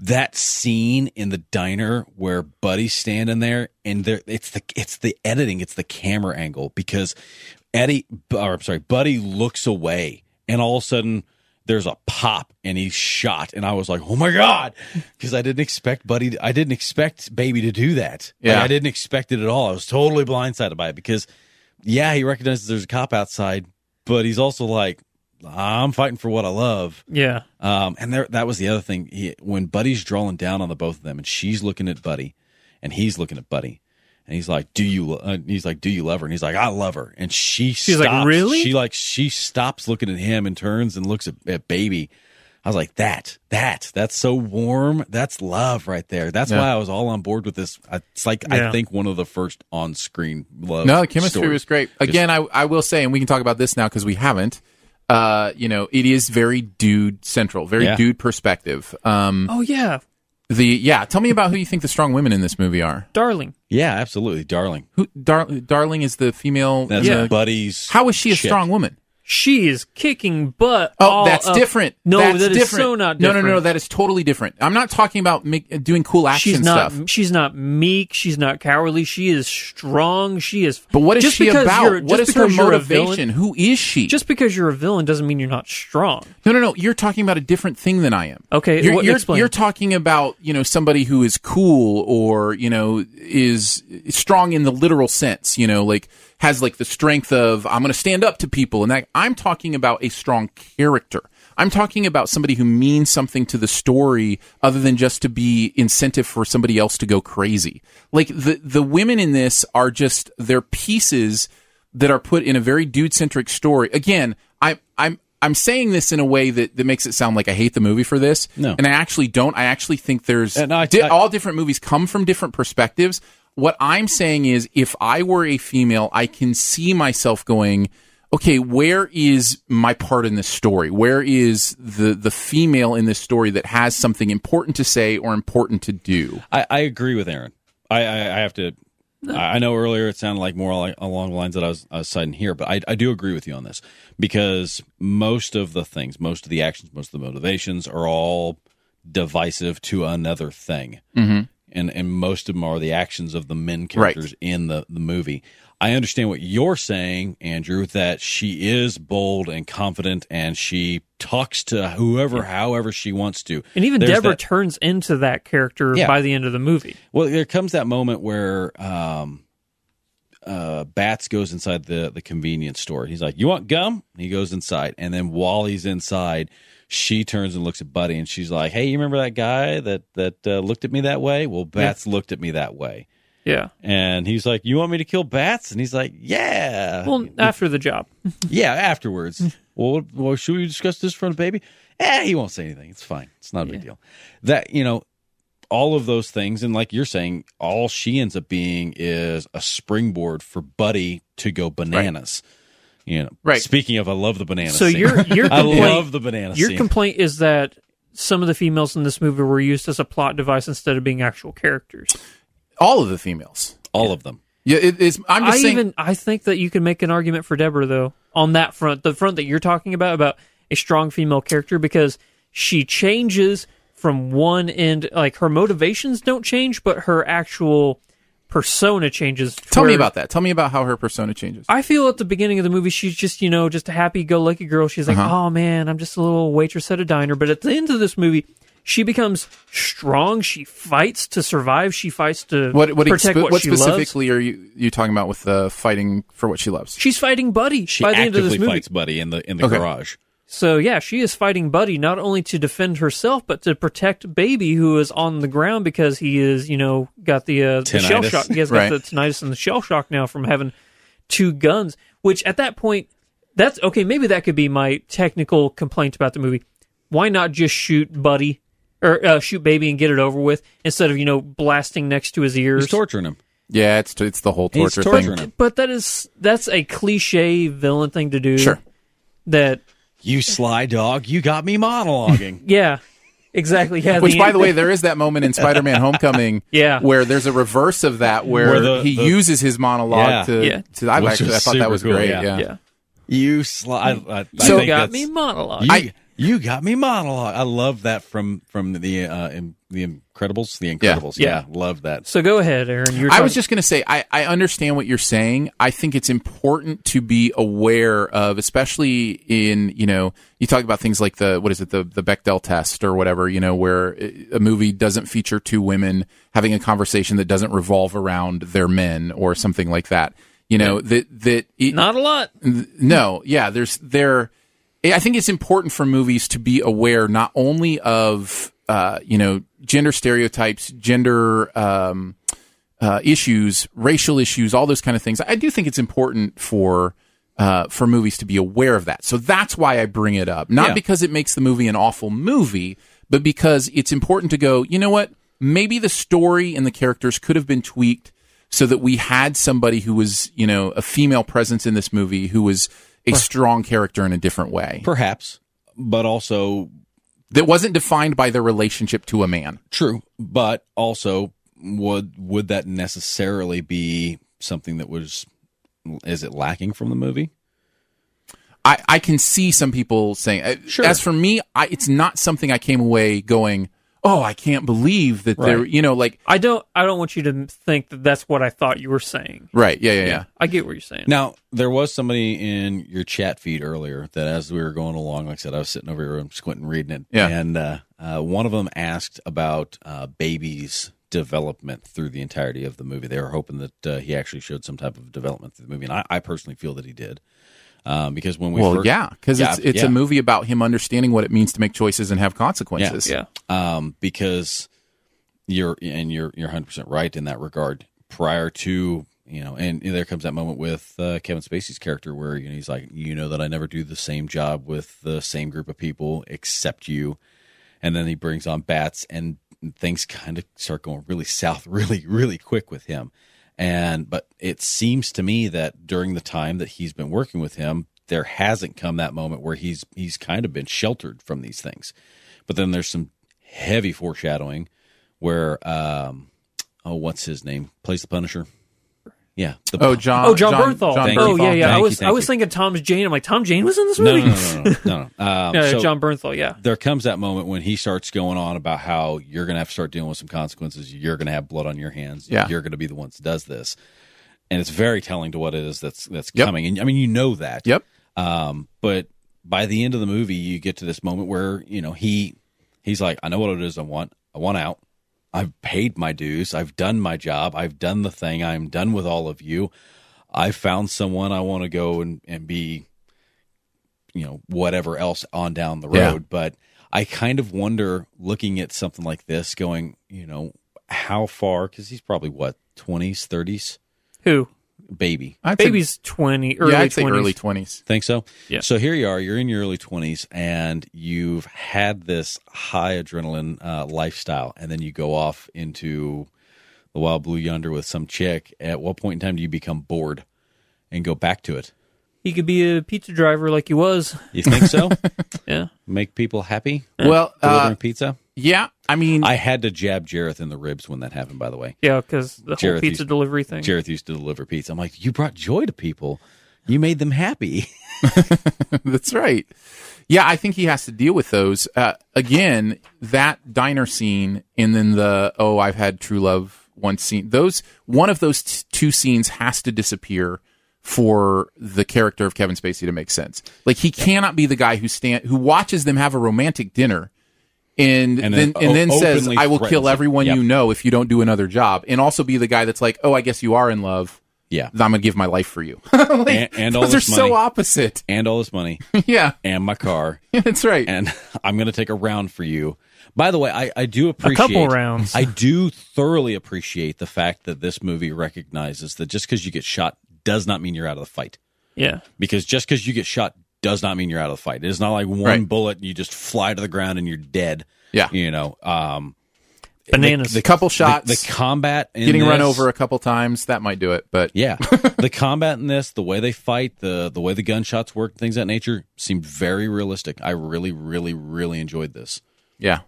[SPEAKER 3] That scene in the diner where Buddy's standing there and there it's the it's the editing, it's the camera angle because Eddie or I'm sorry, Buddy looks away and all of a sudden there's a pop and he's shot and I was like, "Oh my god." Because I didn't expect Buddy to- I didn't expect Baby to do that. Like,
[SPEAKER 1] Yeah.
[SPEAKER 3] I didn't expect it at all. I was totally blindsided by it because yeah, he recognizes there's a cop outside, but he's also like, "I'm fighting for what I love."
[SPEAKER 2] Yeah,
[SPEAKER 3] Um, and there, that was the other thing. He, when Buddy's drawing down on the both of them, and she's looking at Buddy, and he's looking at Buddy, and he's like, "Do you?" lo- Uh, he's like, "Do you love her?" And he's like, "I love her." And she, she's
[SPEAKER 2] like, "Really?"
[SPEAKER 3] She like she stops looking at him and turns and looks at, at baby. I was like, that, that, that's so warm. That's love right there. That's
[SPEAKER 1] Yeah.
[SPEAKER 3] why I was all on board with this. I- It's like, I
[SPEAKER 2] Yeah.
[SPEAKER 3] think one of the first on screen love.
[SPEAKER 1] No, the chemistry
[SPEAKER 3] stories.
[SPEAKER 1] was great. Again, I, I will say, and we can talk about this now because we haven't. Uh, you know, it is very dude central, very
[SPEAKER 3] Yeah.
[SPEAKER 1] dude perspective. Um,
[SPEAKER 2] Oh yeah,
[SPEAKER 1] the yeah, tell me about who you think the strong women in this movie are.
[SPEAKER 2] darling.
[SPEAKER 3] Yeah, absolutely. Darling.
[SPEAKER 1] Who Dar- darling is the female.
[SPEAKER 3] That's
[SPEAKER 1] yeah.
[SPEAKER 3] Buddy's.
[SPEAKER 1] How is she a
[SPEAKER 3] chick.
[SPEAKER 1] strong woman?
[SPEAKER 2] She is kicking butt.
[SPEAKER 1] Oh,
[SPEAKER 2] all
[SPEAKER 1] that's
[SPEAKER 2] up-
[SPEAKER 1] different.
[SPEAKER 2] uh, No,
[SPEAKER 1] that's
[SPEAKER 2] that is
[SPEAKER 1] different.
[SPEAKER 2] so not.
[SPEAKER 1] No,
[SPEAKER 2] Different.
[SPEAKER 1] no, no, that is totally different. I'm not talking about make, doing cool action
[SPEAKER 2] she's not.
[SPEAKER 1] stuff.
[SPEAKER 2] She's not meek. She's not cowardly. She is strong. She is.
[SPEAKER 1] But what is
[SPEAKER 2] just
[SPEAKER 1] she
[SPEAKER 2] because you're-
[SPEAKER 1] about? What
[SPEAKER 2] just
[SPEAKER 1] is her
[SPEAKER 2] because you're a villain-
[SPEAKER 1] motivation? Who is she?
[SPEAKER 2] Just because you're a villain doesn't mean you're not strong.
[SPEAKER 1] No, no, no. You're talking about a different thing than I am.
[SPEAKER 2] Okay,
[SPEAKER 1] you're,
[SPEAKER 2] wh-
[SPEAKER 1] you're,
[SPEAKER 2] explain.
[SPEAKER 1] you're talking about you know somebody who is cool or you know is strong in the literal sense. You know, like has like the strength of I'm going to stand up to people, and that I'm talking about a strong character. I'm talking about somebody who means something to the story other than just to be incentive for somebody else to go crazy. Like the the women in this are just they're pieces that are put in a very dude centric story. Again, I, I'm I'm saying this in a way that, that makes it sound like I hate the movie for this.
[SPEAKER 3] No.
[SPEAKER 1] And I actually don't. I actually think there's
[SPEAKER 3] And I-
[SPEAKER 1] di-
[SPEAKER 3] I-
[SPEAKER 1] all different movies come from different perspectives. What I'm saying is if I were a female, I can see myself going, okay, where is my part in this story? Where is the the female in this story that has something important to say or important to do?
[SPEAKER 3] I, I agree with Aaron. I, I, I have to. I I know earlier it sounded like more like along the lines that I was, I was citing here, but I, I do agree with you on this because most of the things, most of the actions, most of the motivations are all divisive to another thing. Mm-hmm. And, and most of them are the actions of the men
[SPEAKER 1] Right.
[SPEAKER 3] characters in the, the movie. I understand what you're saying, Andrew, that she is bold and confident and she talks to whoever, however she wants to.
[SPEAKER 2] And even
[SPEAKER 3] There's
[SPEAKER 2] Deborah
[SPEAKER 3] that-
[SPEAKER 2] turns into that character
[SPEAKER 3] Yeah.
[SPEAKER 2] by the end of the movie.
[SPEAKER 3] well, there comes that moment where um, uh, Bats goes inside the the convenience store. He's like, "You want gum?" And he goes inside, and then while he's inside, she turns and looks at Buddy, and she's like, "Hey, you remember that guy that that uh, looked at me that way? Well, Bats looked at me that way."
[SPEAKER 2] Yeah.
[SPEAKER 3] And he's like, "You want me to kill Bats?" And he's like, "Yeah."
[SPEAKER 2] Well, after the job.
[SPEAKER 3] Yeah, afterwards. well, well, should we discuss this in front of baby? Eh, he won't say anything. It's fine. It's not a big deal. That you know, all of those things, and like you're saying, all she ends up being is a springboard for Buddy to go bananas. You know,
[SPEAKER 1] Right.
[SPEAKER 3] Speaking of, I love the banana.
[SPEAKER 2] So
[SPEAKER 3] scene.
[SPEAKER 2] your your
[SPEAKER 3] I
[SPEAKER 2] complaint,
[SPEAKER 3] love the banana.
[SPEAKER 2] your
[SPEAKER 3] scene.
[SPEAKER 2] complaint is that some of the females in this movie were used as a plot device instead of being actual characters.
[SPEAKER 1] All of the females.
[SPEAKER 3] all of them.
[SPEAKER 1] Yeah, it is. I'm just
[SPEAKER 2] I
[SPEAKER 1] saying.
[SPEAKER 2] even I think that you can make an argument for Deborah though on that front, the front that you're talking about about a strong female character because she changes from one end. Like her motivations don't change, but her actual persona changes.
[SPEAKER 1] tell me
[SPEAKER 2] toward-
[SPEAKER 1] about that. Tell me about how her persona changes.
[SPEAKER 2] I feel at the beginning of the movie, she's just, you know, just a happy go lucky girl. She's like,
[SPEAKER 1] Uh-huh.
[SPEAKER 2] oh man, I'm just a little waitress at a diner. But at the end of this movie, she becomes strong. She fights to survive. She fights to
[SPEAKER 1] What what,
[SPEAKER 2] protect
[SPEAKER 1] expe-
[SPEAKER 2] what,
[SPEAKER 1] what
[SPEAKER 2] she loves.
[SPEAKER 1] specifically are you you talking about with uh, fighting for what she loves?
[SPEAKER 2] She's fighting Buddy
[SPEAKER 3] She
[SPEAKER 2] by the end of
[SPEAKER 3] actively
[SPEAKER 2] this movie.
[SPEAKER 3] fights Buddy in the in the
[SPEAKER 1] Okay.
[SPEAKER 3] garage.
[SPEAKER 2] So yeah, she is fighting Buddy not only to defend herself but to protect Baby, who is on the ground because he is, you know, got the, uh, the shell
[SPEAKER 3] Tinnitus.
[SPEAKER 2] shock. He has
[SPEAKER 1] Right.
[SPEAKER 2] got the tinnitus and the shell shock now from having two guns. Which at that point, that's okay. Maybe that could be my technical complaint about the movie. Why not just shoot Buddy or uh, shoot Baby and get it over with instead of you know blasting next to his ears?
[SPEAKER 3] He's torturing him.
[SPEAKER 1] Yeah, it's it's the whole
[SPEAKER 3] He's
[SPEAKER 1] torture
[SPEAKER 3] torturing
[SPEAKER 1] thing.
[SPEAKER 3] him.
[SPEAKER 2] but that is that's a cliche villain thing to do.
[SPEAKER 1] Sure.
[SPEAKER 2] That
[SPEAKER 3] You sly dog. You got me monologuing.
[SPEAKER 2] yeah, exactly. Yeah.
[SPEAKER 1] Which, by the way, there is that moment in Spider-Man: Homecoming,
[SPEAKER 2] Yeah.
[SPEAKER 1] where there's a reverse of that, where,
[SPEAKER 3] Where the-
[SPEAKER 1] he
[SPEAKER 3] the-
[SPEAKER 1] uses his monologue
[SPEAKER 3] Yeah.
[SPEAKER 1] to.
[SPEAKER 2] Yeah.
[SPEAKER 1] to I
[SPEAKER 3] Which
[SPEAKER 1] actually
[SPEAKER 3] was
[SPEAKER 1] I thought that
[SPEAKER 3] super
[SPEAKER 1] was
[SPEAKER 3] cool,
[SPEAKER 1] great.
[SPEAKER 3] yeah.
[SPEAKER 1] Yeah.
[SPEAKER 2] yeah.
[SPEAKER 3] you sly. I, I
[SPEAKER 1] So-
[SPEAKER 3] think
[SPEAKER 2] got
[SPEAKER 3] that's-
[SPEAKER 2] me monologue.
[SPEAKER 3] You,
[SPEAKER 1] I-
[SPEAKER 3] you got me monologue. I love that from from the uh, in, the Incredibles. The Incredibles. Yeah,
[SPEAKER 2] Yeah.
[SPEAKER 3] love that.
[SPEAKER 2] so go ahead, Aaron. You're
[SPEAKER 1] I was just going to say, I, I understand what you're saying. I think it's important to be aware of, especially in, you know, you talk about things like the, what is it, the, the Bechdel test or whatever, you know, where a movie doesn't feature two women having a conversation that doesn't revolve around their men or something like that. You know, that, that, it,
[SPEAKER 2] not a lot.
[SPEAKER 1] no, yeah, there's there. I think it's important for movies to be aware not only of uh, you know gender stereotypes, gender um, uh, issues, racial issues, all those kind of things. I do think it's important for uh, for movies to be aware of that. So that's why I bring it up. Not
[SPEAKER 3] Yeah.
[SPEAKER 1] because it makes the movie an awful movie, but because it's important to go, you know what? Maybe the story and the characters could have been tweaked so that we had somebody who was, you know, a female presence in this movie who was a strong character in a different way
[SPEAKER 3] Perhaps, but also
[SPEAKER 1] that wasn't defined by their relationship to a man.
[SPEAKER 3] True, but also would would that necessarily be something that was is it lacking from the movie?
[SPEAKER 1] I, I can see some people saying, uh,
[SPEAKER 3] Sure.
[SPEAKER 1] as for me, I, it's not something I came away going, oh, I can't believe that they're,
[SPEAKER 3] Right.
[SPEAKER 1] you know, like,
[SPEAKER 2] I don't. I don't want you to think that that's what I thought you were saying.
[SPEAKER 1] right. Yeah, yeah, yeah.
[SPEAKER 2] I get what you're saying.
[SPEAKER 3] Now, there was somebody in your chat feed earlier that as we were going along, like I said, I was sitting over here and squinting reading it.
[SPEAKER 1] Yeah.
[SPEAKER 3] And uh, uh, one of them asked about uh, babies' development through the entirety of the movie. They were hoping that uh, he actually showed some type of development through the movie. And I, I personally feel that he did. Um, because when we
[SPEAKER 1] well,
[SPEAKER 3] first,
[SPEAKER 1] yeah, because
[SPEAKER 3] Yeah,
[SPEAKER 1] it's, it's
[SPEAKER 3] yeah.
[SPEAKER 1] a movie about him understanding what it means to make choices and have consequences.
[SPEAKER 2] yeah,
[SPEAKER 3] um, because you're and you're you're 100 percent right in that regard. Prior to you know, and there comes that moment with uh, Kevin Spacey's character where you know he's like, you know that I never do the same job with the same group of people except you, and then he brings on bats and things kind of start going really south really really quick with him and but it seems to me that during the time that he's been working with him there hasn't come that moment where he's he's kind of been sheltered from these things but then there's some heavy foreshadowing where um oh what's his name plays the punisher yeah the
[SPEAKER 1] Oh, John.
[SPEAKER 2] oh, John, Berthal.
[SPEAKER 1] John
[SPEAKER 3] Thank
[SPEAKER 2] oh,
[SPEAKER 1] Bernthal.
[SPEAKER 2] yeah, yeah. I
[SPEAKER 3] Thank you,
[SPEAKER 2] was,
[SPEAKER 3] thank
[SPEAKER 2] I was
[SPEAKER 3] you.
[SPEAKER 2] thinking Tom Jane. I'm like, Tom Jane was in this
[SPEAKER 3] no
[SPEAKER 2] movie.
[SPEAKER 3] no no no, no, no. Um,
[SPEAKER 2] Yeah,
[SPEAKER 3] so-
[SPEAKER 2] John Bernthal. Yeah,
[SPEAKER 3] there comes that moment when he starts going on about how you're going to have to start dealing with some consequences. You're going to have blood on your hands.
[SPEAKER 1] Yeah.
[SPEAKER 3] You're going to be the ones that does this. And it's very telling to what it is that's that's
[SPEAKER 1] Yep.
[SPEAKER 3] coming. And I mean, you know that.
[SPEAKER 1] Yep.
[SPEAKER 3] Um, but by the end of the movie, you get to this moment where you know he he's like, I know what it is I want. I want out. I've paid my dues. I've done my job. I've done the thing. I'm done with all of you. I found someone I want to go and, and be, you know, whatever else on down the road.
[SPEAKER 1] Yeah.
[SPEAKER 3] But I kind of wonder looking at something like this, going, you know, how far, because he's probably what, 20s, 30s?
[SPEAKER 2] who?
[SPEAKER 3] Baby.
[SPEAKER 1] I'd say-
[SPEAKER 2] Baby's twenty, early
[SPEAKER 1] yeah, I'd say
[SPEAKER 2] 20s.
[SPEAKER 1] early 20s.
[SPEAKER 3] Think so?
[SPEAKER 2] Yeah.
[SPEAKER 3] So here you are. You're in your early 20s and you've had this high adrenaline uh, lifestyle, and then you go off into the wild blue yonder with some chick. At what point in time do you become bored and go back to it?
[SPEAKER 2] He could be a pizza driver like he was.
[SPEAKER 3] You think so?
[SPEAKER 2] Yeah,
[SPEAKER 3] Make people happy?
[SPEAKER 1] Well,
[SPEAKER 3] Delivering
[SPEAKER 1] uh,
[SPEAKER 3] pizza?
[SPEAKER 1] yeah, I mean,
[SPEAKER 3] I had to jab Jareth in the ribs when that happened, by the way.
[SPEAKER 2] yeah, because the whole
[SPEAKER 3] Jareth,
[SPEAKER 2] pizza
[SPEAKER 3] he's-
[SPEAKER 2] delivery thing.
[SPEAKER 3] Jareth used to deliver pizza. I'm like, you brought joy to people. You made them happy.
[SPEAKER 1] That's right. Yeah, I think he has to deal with those. Uh, again, that diner scene and then the, oh, I've had true love once scene. Those, one of those t- two scenes has to disappear for the character of Kevin Spacey to make sense. Like he cannot be the guy who stand, who watches them have a romantic dinner and,
[SPEAKER 3] And
[SPEAKER 1] then,
[SPEAKER 3] then
[SPEAKER 1] and then
[SPEAKER 3] o-
[SPEAKER 1] says,
[SPEAKER 3] openly
[SPEAKER 1] I will
[SPEAKER 3] threatens
[SPEAKER 1] kill
[SPEAKER 3] him.
[SPEAKER 1] everyone
[SPEAKER 3] Yep.
[SPEAKER 1] you know if you don't do another job. And also be the guy that's like, oh, I guess you are in love.
[SPEAKER 3] Yeah.
[SPEAKER 1] I'm going to give my life for you. Like,
[SPEAKER 3] And- and all
[SPEAKER 1] those are
[SPEAKER 3] this money.
[SPEAKER 1] so opposite.
[SPEAKER 3] And all this money
[SPEAKER 1] yeah.
[SPEAKER 3] and my car.
[SPEAKER 1] That's right.
[SPEAKER 3] and I'm going to take a round for you. By the way, I, I do appreciate
[SPEAKER 2] couple rounds.
[SPEAKER 3] I do thoroughly appreciate the fact that this movie recognizes that just because you get shot does not mean you're out of the fight.
[SPEAKER 2] Yeah,
[SPEAKER 3] Because just because you get shot does not mean you're out of the fight. It is not like one
[SPEAKER 1] Right.
[SPEAKER 3] bullet and you just fly to the ground and you're dead.
[SPEAKER 1] Yeah.
[SPEAKER 3] You know, um,
[SPEAKER 2] bananas.
[SPEAKER 1] The couple
[SPEAKER 3] the,
[SPEAKER 1] shots,
[SPEAKER 3] the combat in
[SPEAKER 1] getting run
[SPEAKER 3] this-
[SPEAKER 1] over a couple times, that might do it. But
[SPEAKER 3] Yeah, the combat in this, the way they fight, the the way the gunshots work, things of that nature seemed very realistic. I really, really, really enjoyed this.
[SPEAKER 1] yeah,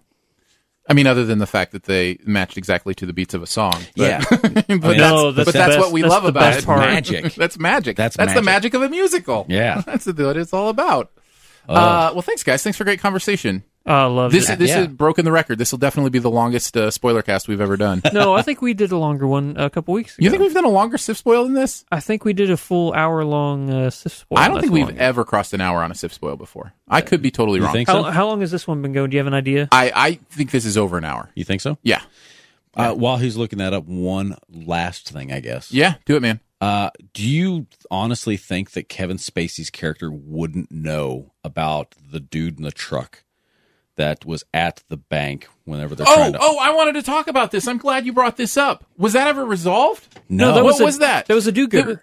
[SPEAKER 1] I mean, other than the fact that they matched exactly to the beats of a song. But, but
[SPEAKER 2] No,
[SPEAKER 1] that's, but
[SPEAKER 2] that's
[SPEAKER 1] that's
[SPEAKER 2] the best-
[SPEAKER 1] what we
[SPEAKER 2] that's
[SPEAKER 1] love
[SPEAKER 2] the
[SPEAKER 1] about
[SPEAKER 2] best
[SPEAKER 1] it.
[SPEAKER 2] part.
[SPEAKER 3] Magic.
[SPEAKER 1] that's magic.
[SPEAKER 3] That's
[SPEAKER 1] that's the magic of a musical.
[SPEAKER 3] Yeah.
[SPEAKER 1] that's what it's all about. Uh, well, thanks, guys. Thanks for a great conversation.
[SPEAKER 2] oh, I love
[SPEAKER 1] This
[SPEAKER 2] it.
[SPEAKER 1] this
[SPEAKER 3] Yeah.
[SPEAKER 1] has broken the record. This will definitely be the longest uh, spoiler cast we've ever done.
[SPEAKER 2] no, I think we did a longer one a couple weeks ago.
[SPEAKER 1] You think we've done a longer sip spoil than this?
[SPEAKER 2] I think we did a full hour long uh, Sif spoil.
[SPEAKER 1] I don't
[SPEAKER 2] That's
[SPEAKER 1] think we've
[SPEAKER 2] long.
[SPEAKER 1] ever crossed an hour on a sip spoil before. I could be totally
[SPEAKER 3] You
[SPEAKER 1] wrong.
[SPEAKER 3] think
[SPEAKER 2] How,
[SPEAKER 3] so?
[SPEAKER 2] how long has this one been going? Do you have an idea?
[SPEAKER 1] I, I think this is over an hour.
[SPEAKER 3] You think so?
[SPEAKER 1] Yeah.
[SPEAKER 3] Uh, while he's looking that up, one last thing, I guess.
[SPEAKER 1] Yeah. Do it, man.
[SPEAKER 3] Uh, do you honestly think that Kevin Spacey's character wouldn't know about the dude in the truck that was at the bank whenever they're
[SPEAKER 1] Oh,
[SPEAKER 3] trying to?
[SPEAKER 1] oh, I wanted to talk about this. I'm glad you brought this up. Was that ever resolved?
[SPEAKER 3] No.
[SPEAKER 1] what
[SPEAKER 2] a-
[SPEAKER 1] was that?
[SPEAKER 2] That was a do-gooder.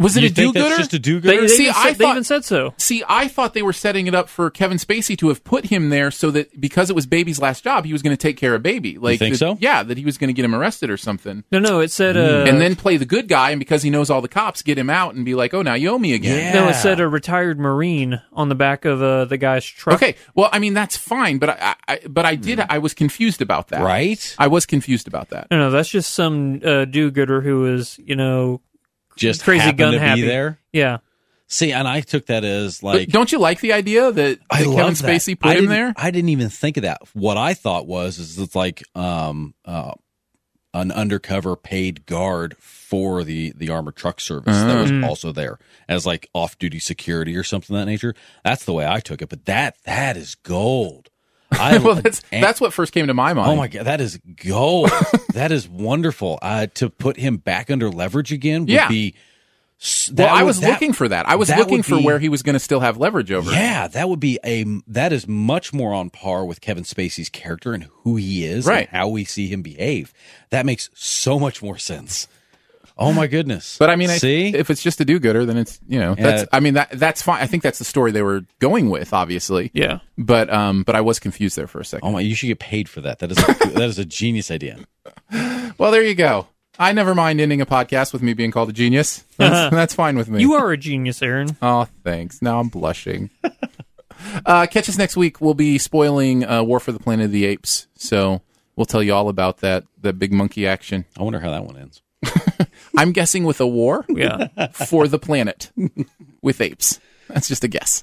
[SPEAKER 1] That Was it
[SPEAKER 3] you
[SPEAKER 1] a
[SPEAKER 3] think
[SPEAKER 1] do-gooder?
[SPEAKER 3] that's just a do
[SPEAKER 2] They, they,
[SPEAKER 3] gooder?
[SPEAKER 1] See,
[SPEAKER 2] even,
[SPEAKER 1] I
[SPEAKER 2] said, they
[SPEAKER 1] thought-
[SPEAKER 2] even said so.
[SPEAKER 1] See, I thought they were setting it up for Kevin Spacey to have put him there so that because it was Baby's last job, he was going to take care of Baby. Like,
[SPEAKER 3] think
[SPEAKER 1] that-
[SPEAKER 3] so?
[SPEAKER 1] Yeah, that he was going to get him arrested or something,
[SPEAKER 2] No, no, it said. Uh,
[SPEAKER 1] Mm, and then play the good guy, and because he knows all the cops, get him out and be like, "Oh, now you owe me again."
[SPEAKER 3] Yeah.
[SPEAKER 2] no, it said a retired Marine on the back of uh, the guy's truck.
[SPEAKER 1] Okay, well, I mean that's fine, but I, I but I did I was confused about that.
[SPEAKER 3] Right?
[SPEAKER 1] I was confused about that.
[SPEAKER 2] No, no, that's just some uh, do-gooder who is, you know,
[SPEAKER 3] Just
[SPEAKER 2] crazy
[SPEAKER 3] happened
[SPEAKER 2] gun
[SPEAKER 3] to
[SPEAKER 2] happy.
[SPEAKER 3] be there.
[SPEAKER 2] yeah.
[SPEAKER 3] See, and I took that as
[SPEAKER 1] But
[SPEAKER 3] like
[SPEAKER 1] don't you like the idea that, that
[SPEAKER 3] I
[SPEAKER 1] Kevin
[SPEAKER 3] love that.
[SPEAKER 1] Spacey
[SPEAKER 3] I
[SPEAKER 1] put him
[SPEAKER 3] didn't-
[SPEAKER 1] there?
[SPEAKER 3] I didn't even think of that. What I thought was is it's like um uh an undercover paid guard for the the armored truck service that
[SPEAKER 1] Mm.
[SPEAKER 3] was also there as like off duty security or something of that nature. That's the way I took it. But that that is gold. I
[SPEAKER 1] well, that's
[SPEAKER 3] and-
[SPEAKER 1] that's what first came to my mind.
[SPEAKER 3] Oh my god, that is gold. that is wonderful. Uh, to put him back under leverage again would
[SPEAKER 1] Yeah.
[SPEAKER 3] be. s-
[SPEAKER 1] well,
[SPEAKER 3] that
[SPEAKER 1] I
[SPEAKER 3] would-
[SPEAKER 1] was
[SPEAKER 3] that-
[SPEAKER 1] looking for that. I was
[SPEAKER 3] that
[SPEAKER 1] looking
[SPEAKER 3] would
[SPEAKER 1] for
[SPEAKER 3] be-
[SPEAKER 1] where he was going to still have leverage over.
[SPEAKER 3] Yeah, that would be a that is much more on par with Kevin Spacey's character and who he is
[SPEAKER 1] Right.
[SPEAKER 3] and how we see him behave. That makes so much more sense. Oh my goodness.
[SPEAKER 1] But I mean, I,
[SPEAKER 3] see?
[SPEAKER 1] if it's just a do-gooder, then it's you know that's.
[SPEAKER 3] Yeah.
[SPEAKER 1] I mean that that's fine. I think that's the story they were going with, obviously.
[SPEAKER 2] Yeah.
[SPEAKER 1] But um, but I was confused there for a second.
[SPEAKER 3] oh my, you should get paid for that. That is a, that is a genius idea. Oh.
[SPEAKER 1] Well, there you go. I never mind ending a podcast with me being called a genius. That's, that's fine with me.
[SPEAKER 2] You are a genius, Aaron.
[SPEAKER 1] Oh, thanks. Now I'm blushing. uh, catch us next week. We'll be spoiling uh, War for the Planet of the Apes, so we'll tell you all about that that big monkey action.
[SPEAKER 3] I wonder how that one ends.
[SPEAKER 1] I'm guessing with a war
[SPEAKER 2] Yeah.
[SPEAKER 1] for the planet with apes. That's just a guess.